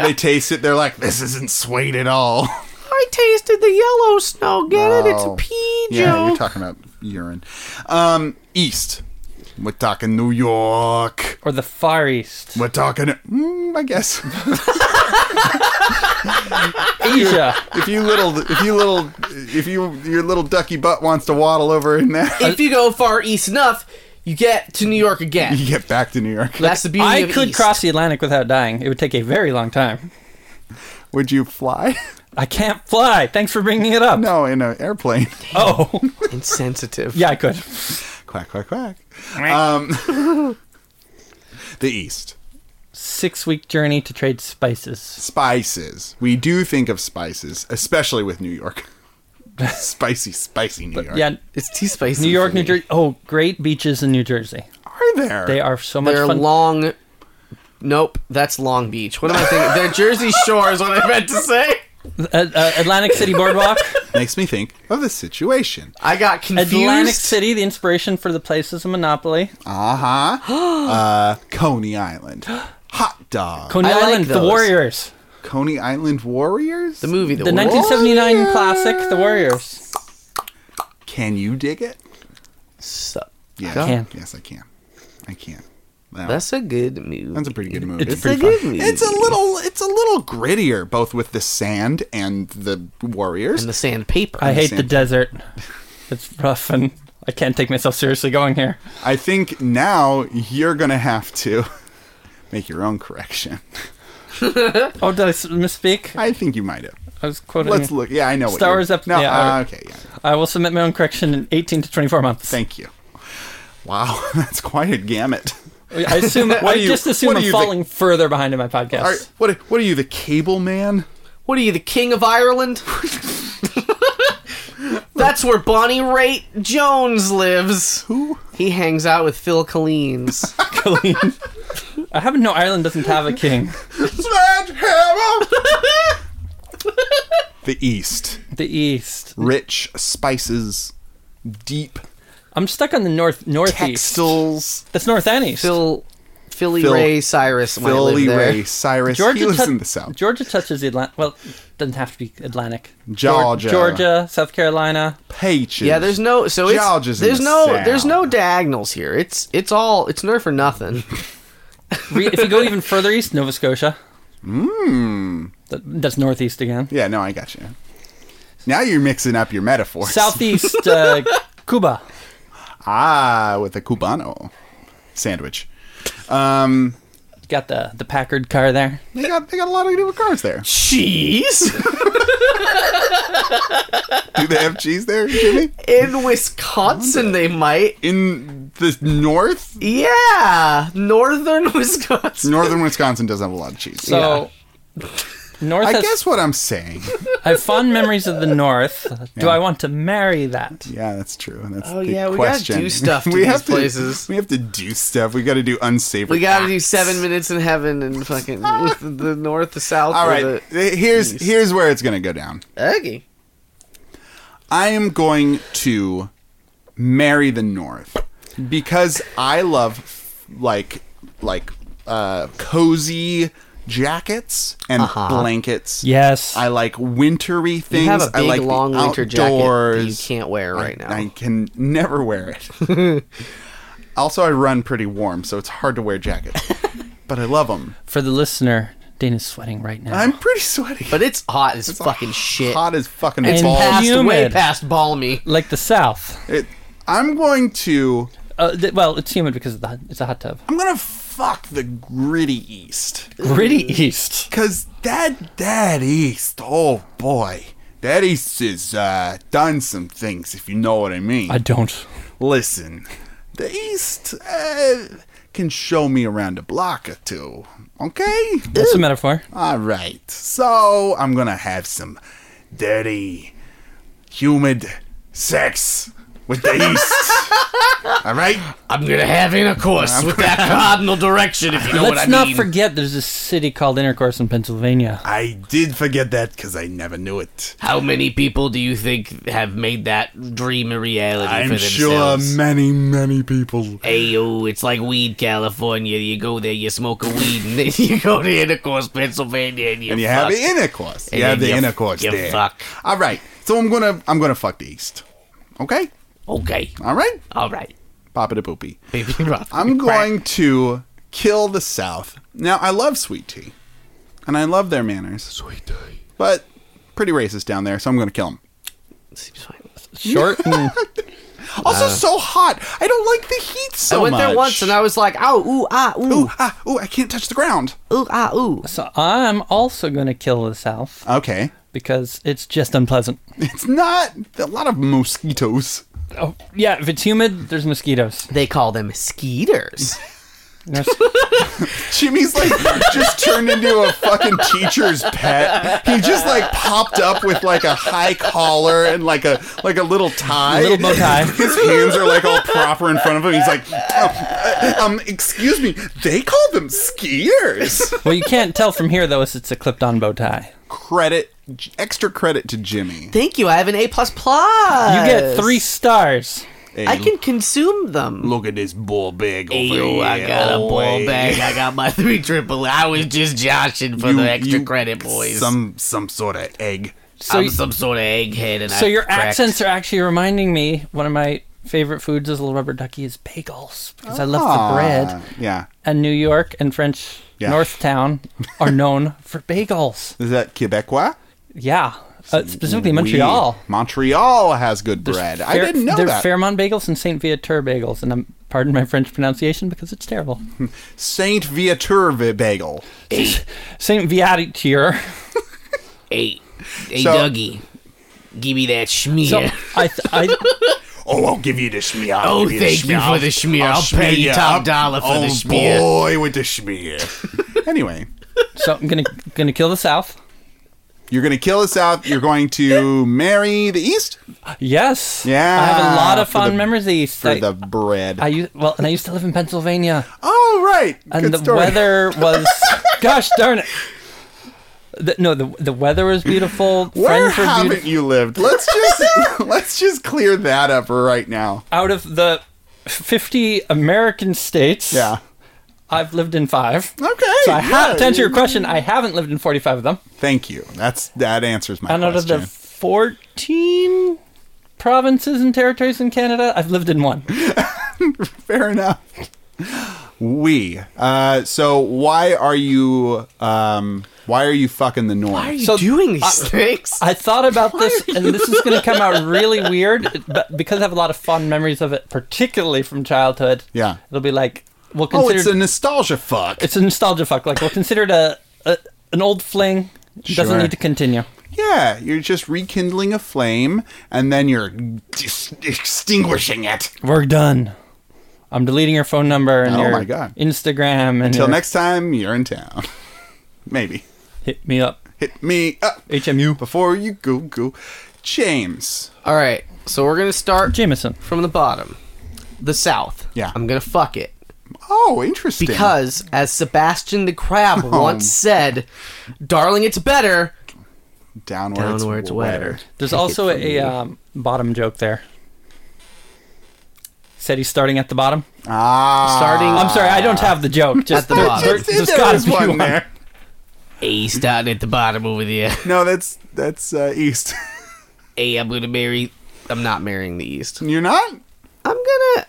B: they taste it. They're like, this isn't sweet at all.
C: I tasted the yellow snow. Get it? It's a
B: Oh.
C: pea
B: Yeah,
C: joke.
B: you're talking about urine. Um, east. We're talking New York.
A: Or the Far East,
B: We're talking, mm, I guess.
A: Asia.
B: if you little, if you little, if you your little ducky butt wants to waddle over in there,
C: if you go far east enough, you get to New York again.
B: you get back to New York.
C: That's the beauty
A: I
C: of
A: could
C: east.
A: cross the Atlantic without dying. It would take a very long time.
B: Would you fly?
A: I can't fly. Thanks for bringing it up.
B: No, in an airplane.
A: Oh,
C: Insensitive.
A: yeah, I could.
B: quack quack quack. Um, the east.
A: Six week journey to trade spices.
B: spices. We do think of spices, especially with New York. spicy, spicy New York.
A: Yeah,
C: It's too spicy.
A: New York,
C: for me.
A: New Jersey. Oh, great beaches in New Jersey.
B: Are there?
A: They are so much
C: They're
A: fun.
C: long. Nope, that's Long Beach. What am I thinking? They're Jersey Shore is what I meant to say.
A: uh, uh, Atlantic City Boardwalk.
B: Makes me think of the situation.
C: I got confused.
A: Atlantic City, the inspiration for the place is a monopoly.
B: Uh-huh. uh Coney Island. Hot dog.
A: Coney
C: I like
A: Island, the
C: those.
A: Warriors.
B: Coney Island Warriors?
C: The movie, the,
A: The
C: Warriors.
A: 1979 classic, The Warriors.
B: Can you dig it?
C: Sup.
B: Yeah.
A: can.
B: Yes, I can. I can. That-
C: That's a good movie.
B: that's a pretty good movie.
A: It's
C: It's a
A: pretty
C: good
A: fun.
C: movie.
B: It's a little it's a little grittier both with the sand and the warriors.
C: and the sandpaper.
A: I hate the
B: Same.
A: desert. It's rough and I can't take myself seriously going here.
B: I think now you're going to have to make your own correction.
A: Oh, did I s- misspeak?
B: I think you might have.
A: I was quoting.
B: Let's look. Yeah, I know.
A: Star
B: what
A: Wars
B: you're-
A: up-
B: No,
A: yeah,
B: uh,
A: I-
B: okay. Yeah.
A: I will submit my own correction in 18 to 24 months.
B: Thank you. Wow, that's quite a gamut.
A: I assume. I
B: do you-
A: just assume
B: what do
A: I'm
B: you
A: falling further behind in my podcast.
B: Are, what what are you, the cable man?
C: What are you, the king of Ireland? That's where Bonnie Raitt Jones lives. Who? He hangs out with Phil Collins.
A: Colleen. I haven't. No, Ireland doesn't have a king.
B: Sledgehammer. the East,
A: The East.
B: rich spices, deep
A: I'm stuck on the North Northeast.
B: textiles.
A: That's North Annie's.
C: Phil, Philly
B: Phil-
C: Ray Cyrus. might live
B: Philly
C: there.
B: Ray Cyrus. he lives
A: tou-
B: in the South.
A: Georgia touches the Atlantic. Well, doesn't have to be Atlantic.
B: Georgia.
A: Georgia, South Carolina.
B: Pages.
C: Yeah, there's no so it's
B: George is in
C: there's
B: the
C: no
B: South.
C: there's no diagonals here. It's it's all it's nerf or nothing.
A: Re- if you go even further east, Nova Scotia. Mmm. That's northeast again.
B: Hmm. Yeah, no, I got you. Now you're mixing up your metaphors.
A: Southeast uh, Cuba.
B: Ah, with a cubano sandwich. Um,
A: Got the the Packard car there.
B: they got they got a lot of different cars there.
C: Cheese
B: Do they have cheese there, Jimmy?
C: in Wisconsin, they might.
B: In the north,
C: Yeah, northern Wisconsin.
B: northern Wisconsin doesn't have a lot of cheese.
A: So North
B: I
A: has
B: guess what I'm saying.
A: I have fond memories of the North. Do
B: Yeah.
A: I want to marry that?
B: Yeah, that's true. and That's
C: Oh,
B: the
C: yeah, we gotta
B: question.
C: do stuff to
B: we have
C: these places.
B: We have to do stuff. We got to do unsavory.
C: We gotta do
B: acts.
C: seven minutes in heaven and fucking with the, the north, the south.
B: All
C: or
B: right.
C: the-
B: Here's here's where it's gonna go down.
C: Okay.
B: I am going to marry the North because I love like like uh, cozy jackets and blankets.
A: Yes.
B: I like wintry things.
C: Uh-huh. You have a
B: I
C: big
B: like the
C: long winter jacket that you
B: outdoors.
C: can't wear right now.
B: I can never wear it. also, I run pretty warm, so it's hard to wear jackets. but I love them.
A: For the listener, Dana's sweating right now.
B: I'm pretty sweaty.
C: but it's hot as
B: It's
C: fucking shit.
B: Hot as fucking
C: It's
A: ball.
B: balls.
C: past way
A: Humid.
C: past balmy.
A: like the South.
B: It, I'm going to
A: Uh, th- well, it's humid because of the, it's a hot tub.
B: I'm gonna fuck the gritty east.
A: Gritty East.
B: Cause that that east, oh boy. That east has uh, done some things, if you know what I mean.
A: I don't.
B: Listen, the east uh, can show me around a block or two. Okay?
A: That's a metaphor.
B: Alright. So I'm gonna have some dirty, humid sex with the east. Alright?
C: I'm gonna have intercourse with that cardinal direction, if you know
A: Let's not forget there's a city called Intercourse in Pennsylvania.
B: I did forget that because I never knew it.
C: How many people do you think have made that dream a reality
B: I'm
C: for
B: sure
C: themselves?
B: many, many people.
C: Ayo, it's like weed, California. You go there, you smoke a weed, and then you go to Intercourse, Pennsylvania, and you,
B: And you
C: fuck.
B: have the intercourse.
C: And
B: you have
C: then
B: the
C: you-
B: intercourse
C: you
B: there.
C: fuck.
B: All right. So I'm gonna I'm gonna fuck the east. Okay.
C: Okay,
B: All right.
C: all right,
B: Papa to poopy.
C: baby. Rock.
B: I'm going to kill the South. Now I love sweet tea, and I love their manners. Sweet tea. But pretty racist down there, so I'm gonna kill them.
C: Seems fine.
A: Short and
B: Also, so hot. I don't like the heat so
C: Uh. I went
B: much.
C: there once, and I was like, "Oh, ooh, ah, ooh,
B: Ooh, ah, ooh, I can't touch the ground.
C: ooh, ah, ooh."
A: so I'm also going to kill the South
B: Okay.
A: because it's just unpleasant.
B: It's not a lot of mosquitoes.
A: Oh, yeah, if it's humid, there's mosquitoes.
C: They call them skeeters.
A: There's-
B: Jimmy's like just turned into a fucking teacher's pet. He just like popped up with like a high collar and like a like a little tie,
A: little bow tie.
B: His hands are like all proper in front of him. He's like, "Oh, uh, um, excuse me, they call them skiers.
A: well, you can't tell from here though, is it's a clipped-on bow tie.
B: Credit, extra credit to Jimmy.
C: Thank you. I have an A plus
A: You
C: plus.
A: get three stars.
B: Hey,
C: I can consume them.
B: look at this bull bag over
C: Yo, I got a ball
B: boy.
C: bag. I got my three triple. I was just joshing for
B: You-
C: the extra
B: you-
C: credit, boys.
B: Some some sort of egg.
A: So,
C: I'm
A: y-
C: some sort of egghead, and
A: so
C: I
A: your
C: cracked.
A: accents are actually reminding me one of my favorite foods as a little rubber ducky is bagels because I love the
B: Ah,
A: bread.
B: Yeah.
A: And New York and French
B: Yeah.
A: North Town are known for bagels.
B: Is that Quebecois?
A: Yeah, uh, specifically
B: We-
A: Montreal.
B: Montreal has good bread. I
A: Fair-
B: didn't know
A: they're
B: that.
A: Fairmont bagels and Saint Viateur bagels, and I'm pardon my French pronunciation because it's terrible.
B: Saint Viateur vi- bagel.
A: Saint Viateur.
C: Hey, hey,
B: So-
C: Dougie, give me that schmear.
A: So I, th- I,
B: Oh, I'll give you the schmear. I'll
C: Oh,
B: give
C: thank you for the schmear. I'll pay you
B: schmear
C: top
B: up.
C: dollar for the
B: Oh,
C: schmear.
B: boy, with the schmear. anyway,
A: So I'm gonna gonna kill the South.
B: you're going to kill the South. You're going to marry the East
A: Yes.
B: Yeah,
A: I have a lot of
B: for
A: fond
B: the-
A: memories of the East.
B: for
A: I,
B: the bread.
A: I used well, and I used to live in Pennsylvania,
B: oh, right.
A: and
B: Good
A: the
B: story.
A: weather was. gosh darn it. The, no, the the weather was beautiful.
B: Where
A: Friends were
B: haven't
A: beautiful.
B: you lived? Let's just let's just clear that up right now.
A: Out of the fifty American states,
B: Yeah.
A: I've lived in five.
B: Okay.
A: So I ha-
B: yeah.
A: to answer your question, I haven't lived in 45 of them.
B: Thank you. That's that answers my
A: And out of
B: question.
A: the 14 provinces and territories in Canada, I've lived in one.
B: Fair enough. We. Uh, so why are you um, why are you fucking the norm?
C: Why are you
A: So-
C: doing these things?
A: I thought about this, and this is going to come out really weird, but because I have a lot of fond memories of it, particularly from childhood,
B: Yeah.
A: it'll be like, we'll
B: Oh,
A: consider
B: it's a nostalgia fuck.
A: it's a nostalgia fuck. Like, we'll consider it a, a, an old fling. It
B: Sure.
A: Doesn't need to continue.
B: yeah, you're just rekindling a flame and then you're dis- extinguishing it.
A: We're done. I'm deleting your phone number and
B: Oh
A: your
B: my God.
A: Instagram. And
B: Till
A: your-
B: next time you're in town. Maybe.
A: Hit me up.
B: Hit me up
A: HMU.
B: before you go go. James.
C: All right, so we're gonna start
A: Jameson.
C: from the bottom, the South.
B: Yeah.
C: I'm gonna fuck it
B: Oh, interesting.
C: because, as Sebastian the Crab once said, "Darling, it's better."
B: downwards,
C: Downwards wetter.
A: There's
C: Take it
A: also
C: from me.
A: a um, bottom joke there. Said he's starting at the bottom.
B: Ah.
C: starting.
A: I'm sorry, I don't have the joke. Just
C: the
A: there-
C: bottom.
A: there-
B: It's-
A: there's
B: there
A: gotta
B: is
A: be
B: one
A: one.
B: there.
C: A starting at the bottom over there.
B: No, that's that's uh, East.
C: A, I'm gonna marry. I'm not marrying the East.
B: You're not.
C: I'm gonna.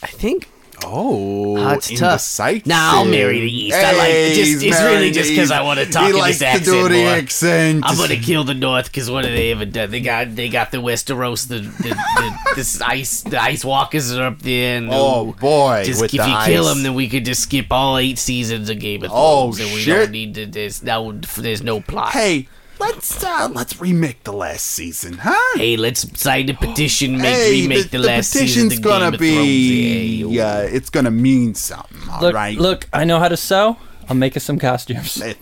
C: I think
B: Oh,
C: Ah, it's tough.
B: indecisive.
C: Nah, I'll marry the East. I like-
B: Hey,
C: just-
B: he's
C: it's
B: marrying
C: really
B: the
C: just 'cause
B: East.
C: I wanna talk
B: He
C: in
B: likes
C: this
B: to do
C: accent
B: the
C: more.
B: accent.
C: I'm gonna kill the North because what have they ever done? They got they got the Westeros, the the, the this ice the ice walkers are up there. And
B: Oh boy,
C: just
B: with
C: if
B: the
C: you kill
B: ice.
C: them, then we could just skip all eight seasons of Game of
B: Oh,
C: Thrones, and we
B: shit.
C: don't need to. There's no there's no plot.
B: Hey, let's uh, let's remake the last season, huh?
C: Hey, let's sign the petition. Make
B: Hey,
C: remake the, last season. of
B: petition's
C: the Game
B: gonna
C: of
B: be. uh,
C: Thrones. Hey, oh,
B: Yeah, it's gonna mean something. All right.
A: Look, look, I know how to sew. I'll make us some costumes.
B: It-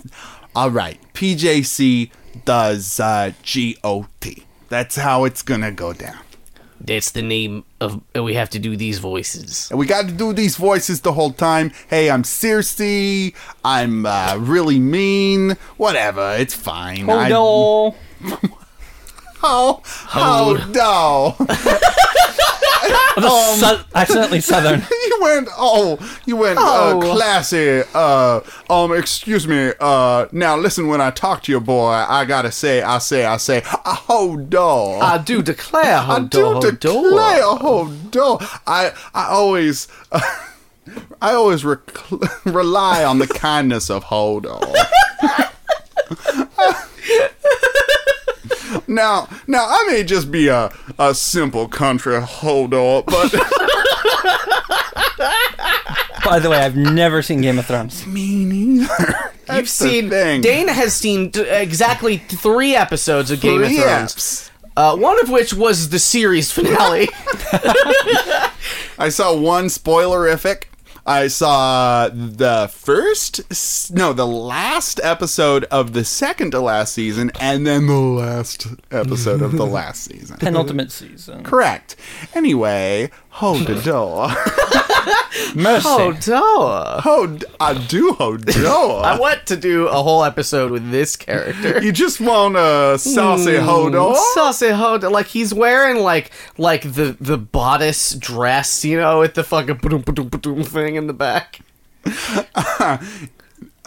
B: all right. PJC does uh, GOT. That's how it's gonna go down.
C: That's the name of. We have to do these voices.
B: And we got to do these voices the whole time. Hey, I'm Cersei. I'm uh, really mean. Whatever. It's fine.
A: Oh
B: I-
A: no!
B: Oh, oh no.
A: I'm
B: Um,
A: just su- accidentally southern.
B: you went, oh, you went
C: Oh.
B: Uh, classy. Uh, um, excuse me. Uh, now listen, when I talk to your boy, I got to say, I say, I say, oh no.
C: I do declare,
B: I do declare, hold on. I I always I always rec- rely on the kindness of hold on. now, now I may just be a a simple country hold on, but
A: By the way, I've never seen Game of Thrones.
B: me neither. That's
C: You've seen
B: the thing.
C: Dana has seen t- exactly three episodes of Game
B: Three
C: of Thrones.
B: eps.
C: Uh, one of which was the series finale.
B: I saw one spoilerific. I saw the first, s- no, the last episode of the second to last season, and then the last episode of the last season.
A: Penultimate season.
B: Correct. Anyway, hold the door.
A: Mercy.
C: oh, duh.
B: Hold, I do hold the
C: I
B: door.
C: want to do a whole episode with this character.
B: You just want a saucy hold door?
C: Saucy ho, like he's wearing like like the the bodice dress, you know, with the fucking ba-doom, ba-doom, ba-doom thing in the back.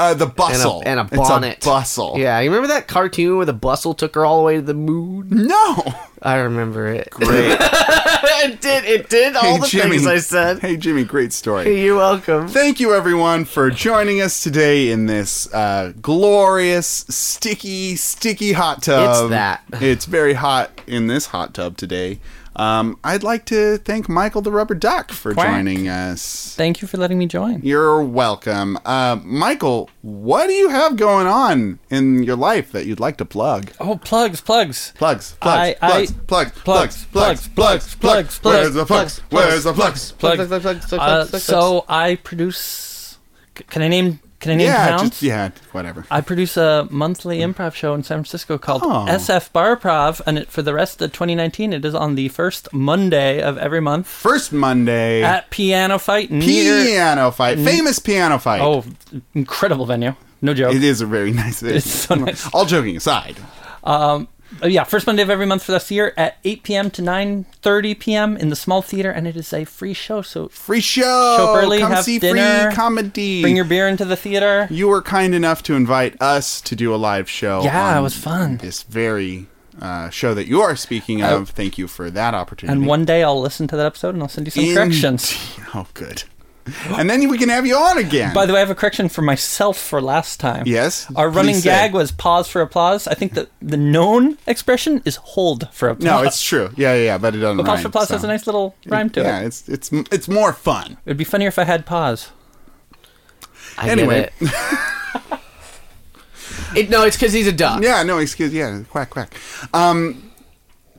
B: Uh, the bustle.
C: And a
B: It's
C: bonnet.
B: bustle.
C: Yeah, you remember that cartoon where the bustle took her all the way to the moon?
B: No.
C: I remember it.
B: Great.
C: it did. It did all
B: hey,
C: the
B: Jimmy.
C: things I said.
B: Hey, Jimmy, great story.
C: You're welcome.
B: Thank you, everyone, for joining us today in this uh, glorious, sticky, sticky hot tub.
C: It's that.
B: It's very hot in this hot tub today. Um, I'd like to thank Michael the Rubber Duck for
A: Quack.
B: joining us.
A: Thank you for letting me join.
B: You're welcome. Uh, Michael, what do you have going on in your life that you'd like to plug?
A: Oh, plugs, plugs.
B: Plugs,
A: I-
B: plugs,
A: I-
B: plugs, plugs, plugs, plugs, plugs,
A: plugs,
B: plugs,
A: plugs,
B: Where's the plugs? Where's the plugs?
A: Plugs.
C: Plugs, plugs, plugs, plugs,
A: Uh,
C: plugs, plugs.
A: so I produce. c- Can I name? Can I name
B: Yeah,
A: towns?
B: just yeah, whatever.
A: I produce a monthly improv show in San Francisco called
B: Oh.
A: SF Bar Prov, and it, for the rest of 2019, it is on the first Monday of every month
B: First Monday,
A: at Piano Fight. Near,
B: piano fight, famous piano fight.
A: oh, incredible venue! No joke.
B: It is a very nice.
A: It's so nice.
B: All joking aside,
A: Uh, yeah, first Monday of every month for this year at 8 p.m. to 9:30 p.m. in the small theater, and it is a free show. So
B: free show.
A: Show up early,
B: Come
A: have
B: see
A: dinner,
B: free comedy.
A: bring your beer into the theater.
B: you were kind enough to invite us to do a live show.
A: Yeah,
B: on
A: it was fun. Uh,
B: This very uh, show that you are speaking of. Thank you for that opportunity.
A: And one day I'll listen to that episode and I'll send you some
B: In-
A: corrections.
B: Oh, good. And then we can have you on again.
A: By the way, I have a correction for myself for last time.
B: Yes,
A: Our
B: please
A: running
B: say.
A: gag was pause for applause. I think that the known expression is hold for applause.
B: no, it's true. Yeah, yeah, yeah, but it doesn't.
A: But pause
B: rhyme,
A: for applause
B: so.
A: has a nice little rhyme to
B: yeah,
A: it.
B: it's it's it's more fun.
A: It'd be funnier if I had pause.
C: I get
B: Anyway.
C: it. It- no, it's because he's a duck.
B: Yeah, no, excuse. Yeah, quack quack. Um,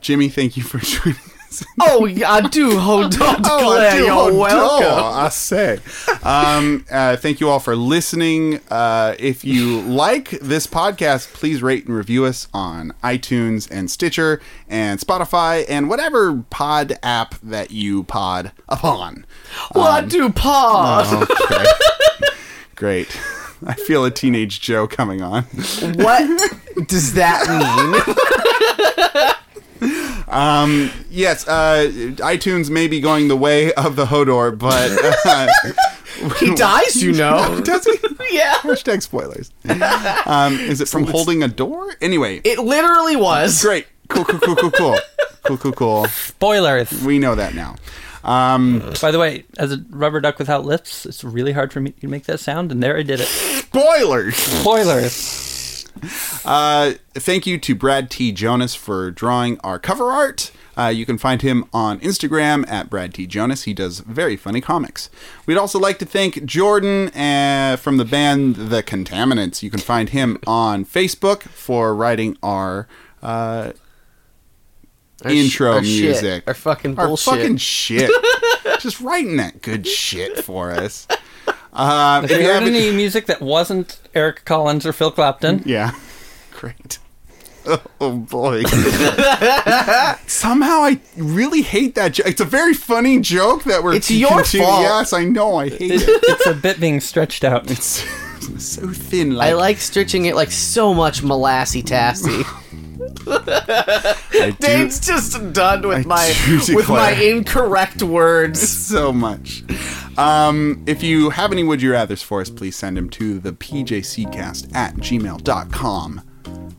B: Jimmy, thank you for joining us.
C: Oh, I do hold on. Claire,
B: Oh, do
C: you're
B: hold
C: welcome.
B: door, I say. Um, uh, thank you all for listening. Uh, if you like this podcast, please rate and review us on iTunes and Stitcher and Spotify and whatever pod app that you pod upon.
C: Well, I do pause.
B: Okay. Great. I feel a teenage Joe coming on.
C: Uh, What does that mean?
B: Yes, uh, iTunes may be going the way of the Hodor, but uh,
C: he dies, you know.
B: does he?
C: yeah.
B: Hashtag spoilers. Um, is it from holding a door? Anyway,
C: It literally was.
B: great. Cool, cool, cool, cool, cool. Cool, cool, cool.
A: Spoilers.
B: We know that now. Um,
A: By the way, as a rubber duck without lips, it's really hard for me to make that sound, and there I did it.
B: spoilers!
A: Spoilers.
B: Uh, thank you to Brad T. Jonas for drawing our cover art. Uh, you can find him on Instagram at Brad T. Jonas. He does very funny comics. We'd also like to thank Jordan uh, from the band The Contaminants. You can find him on Facebook for writing our uh,
C: Our sh-
B: intro
C: our shit,
B: music.
C: our fucking
B: our
C: bullshit.
B: fucking shit. Just writing that good shit for us. Um,
A: If you heard
B: haven't-
A: any music that wasn't Eric Collins or Phil Clapton,
B: yeah. Great. Oh boy. Somehow I really hate that joke. It's a very funny joke that we're
C: It's your fault.
B: Yes, I know. I hate it.
A: it's a bit being stretched out.
B: It's so thin like
C: I like stretching it like so much molassy tassy.
B: I do
C: Dave's just done with
B: I
C: my
B: do
C: with my
B: declare.
C: incorrect words.
B: so much. Um, if you have any would you rathers for us, please send them to the pjccast at gmail.com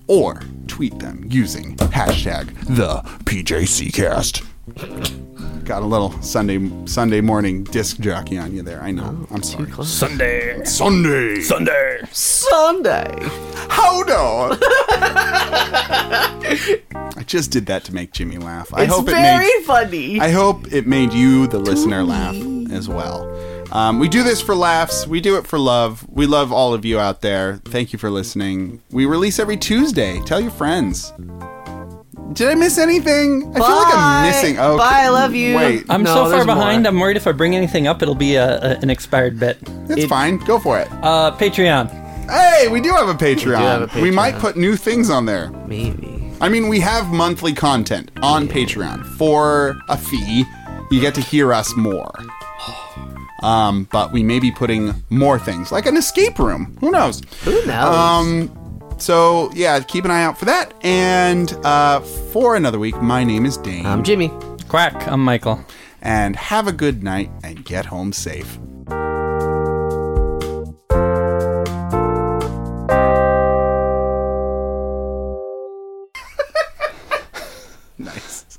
B: or tweet them using hashtag the PJCcast. Got a little Sunday Sunday morning disc jockey on you there. I know. I'm sorry.
A: Sunday.
B: Sunday.
A: Sunday.
C: Sunday.
B: Hold on. I just did that to make Jimmy laugh. I
C: it's
B: hope it
C: very
B: made
C: funny.
B: I hope it made you, the listener, laugh as well. Um, we do this for laughs. We do it for love. We love all of you out there. Thank you for listening. We release every Tuesday. Tell your friends. Did I miss anything? I feel like I'm
C: Bye.
B: missing. oh,
C: Bye, I love you.
B: Wait,
A: I'm
C: No,
A: so far
C: there's
A: behind.
C: more.
A: I'm worried if I bring anything up, it'll be a, a- an expired bit.
B: it's
A: It-
B: fine. Go for it.
A: Uh, Patreon.
B: Hey, we do have a Patreon. We,
C: have a
B: might
C: Patreon.
B: put new things on there.
C: Maybe.
B: I mean, we have monthly content on Patreon for a fee. You get to hear us more. Um, but we may be putting more things, like an escape room. Who knows?
C: Who knows?
B: Um, so yeah, keep an eye out for that. And uh, for another week, my name is Dane.
C: I'm Jimmy.
A: Quack. I'm Michael.
B: and have a good night and get home safe. nice.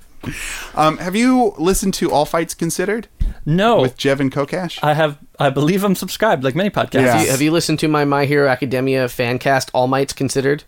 B: Um, have you listened to All Fights Considered
A: No,
B: with Jev and Kokash?
A: I have. I believe I'm subscribed, like many podcasts.
B: Yeah.
C: Have you listened to my My Hero Academia fan cast All Mights Considered?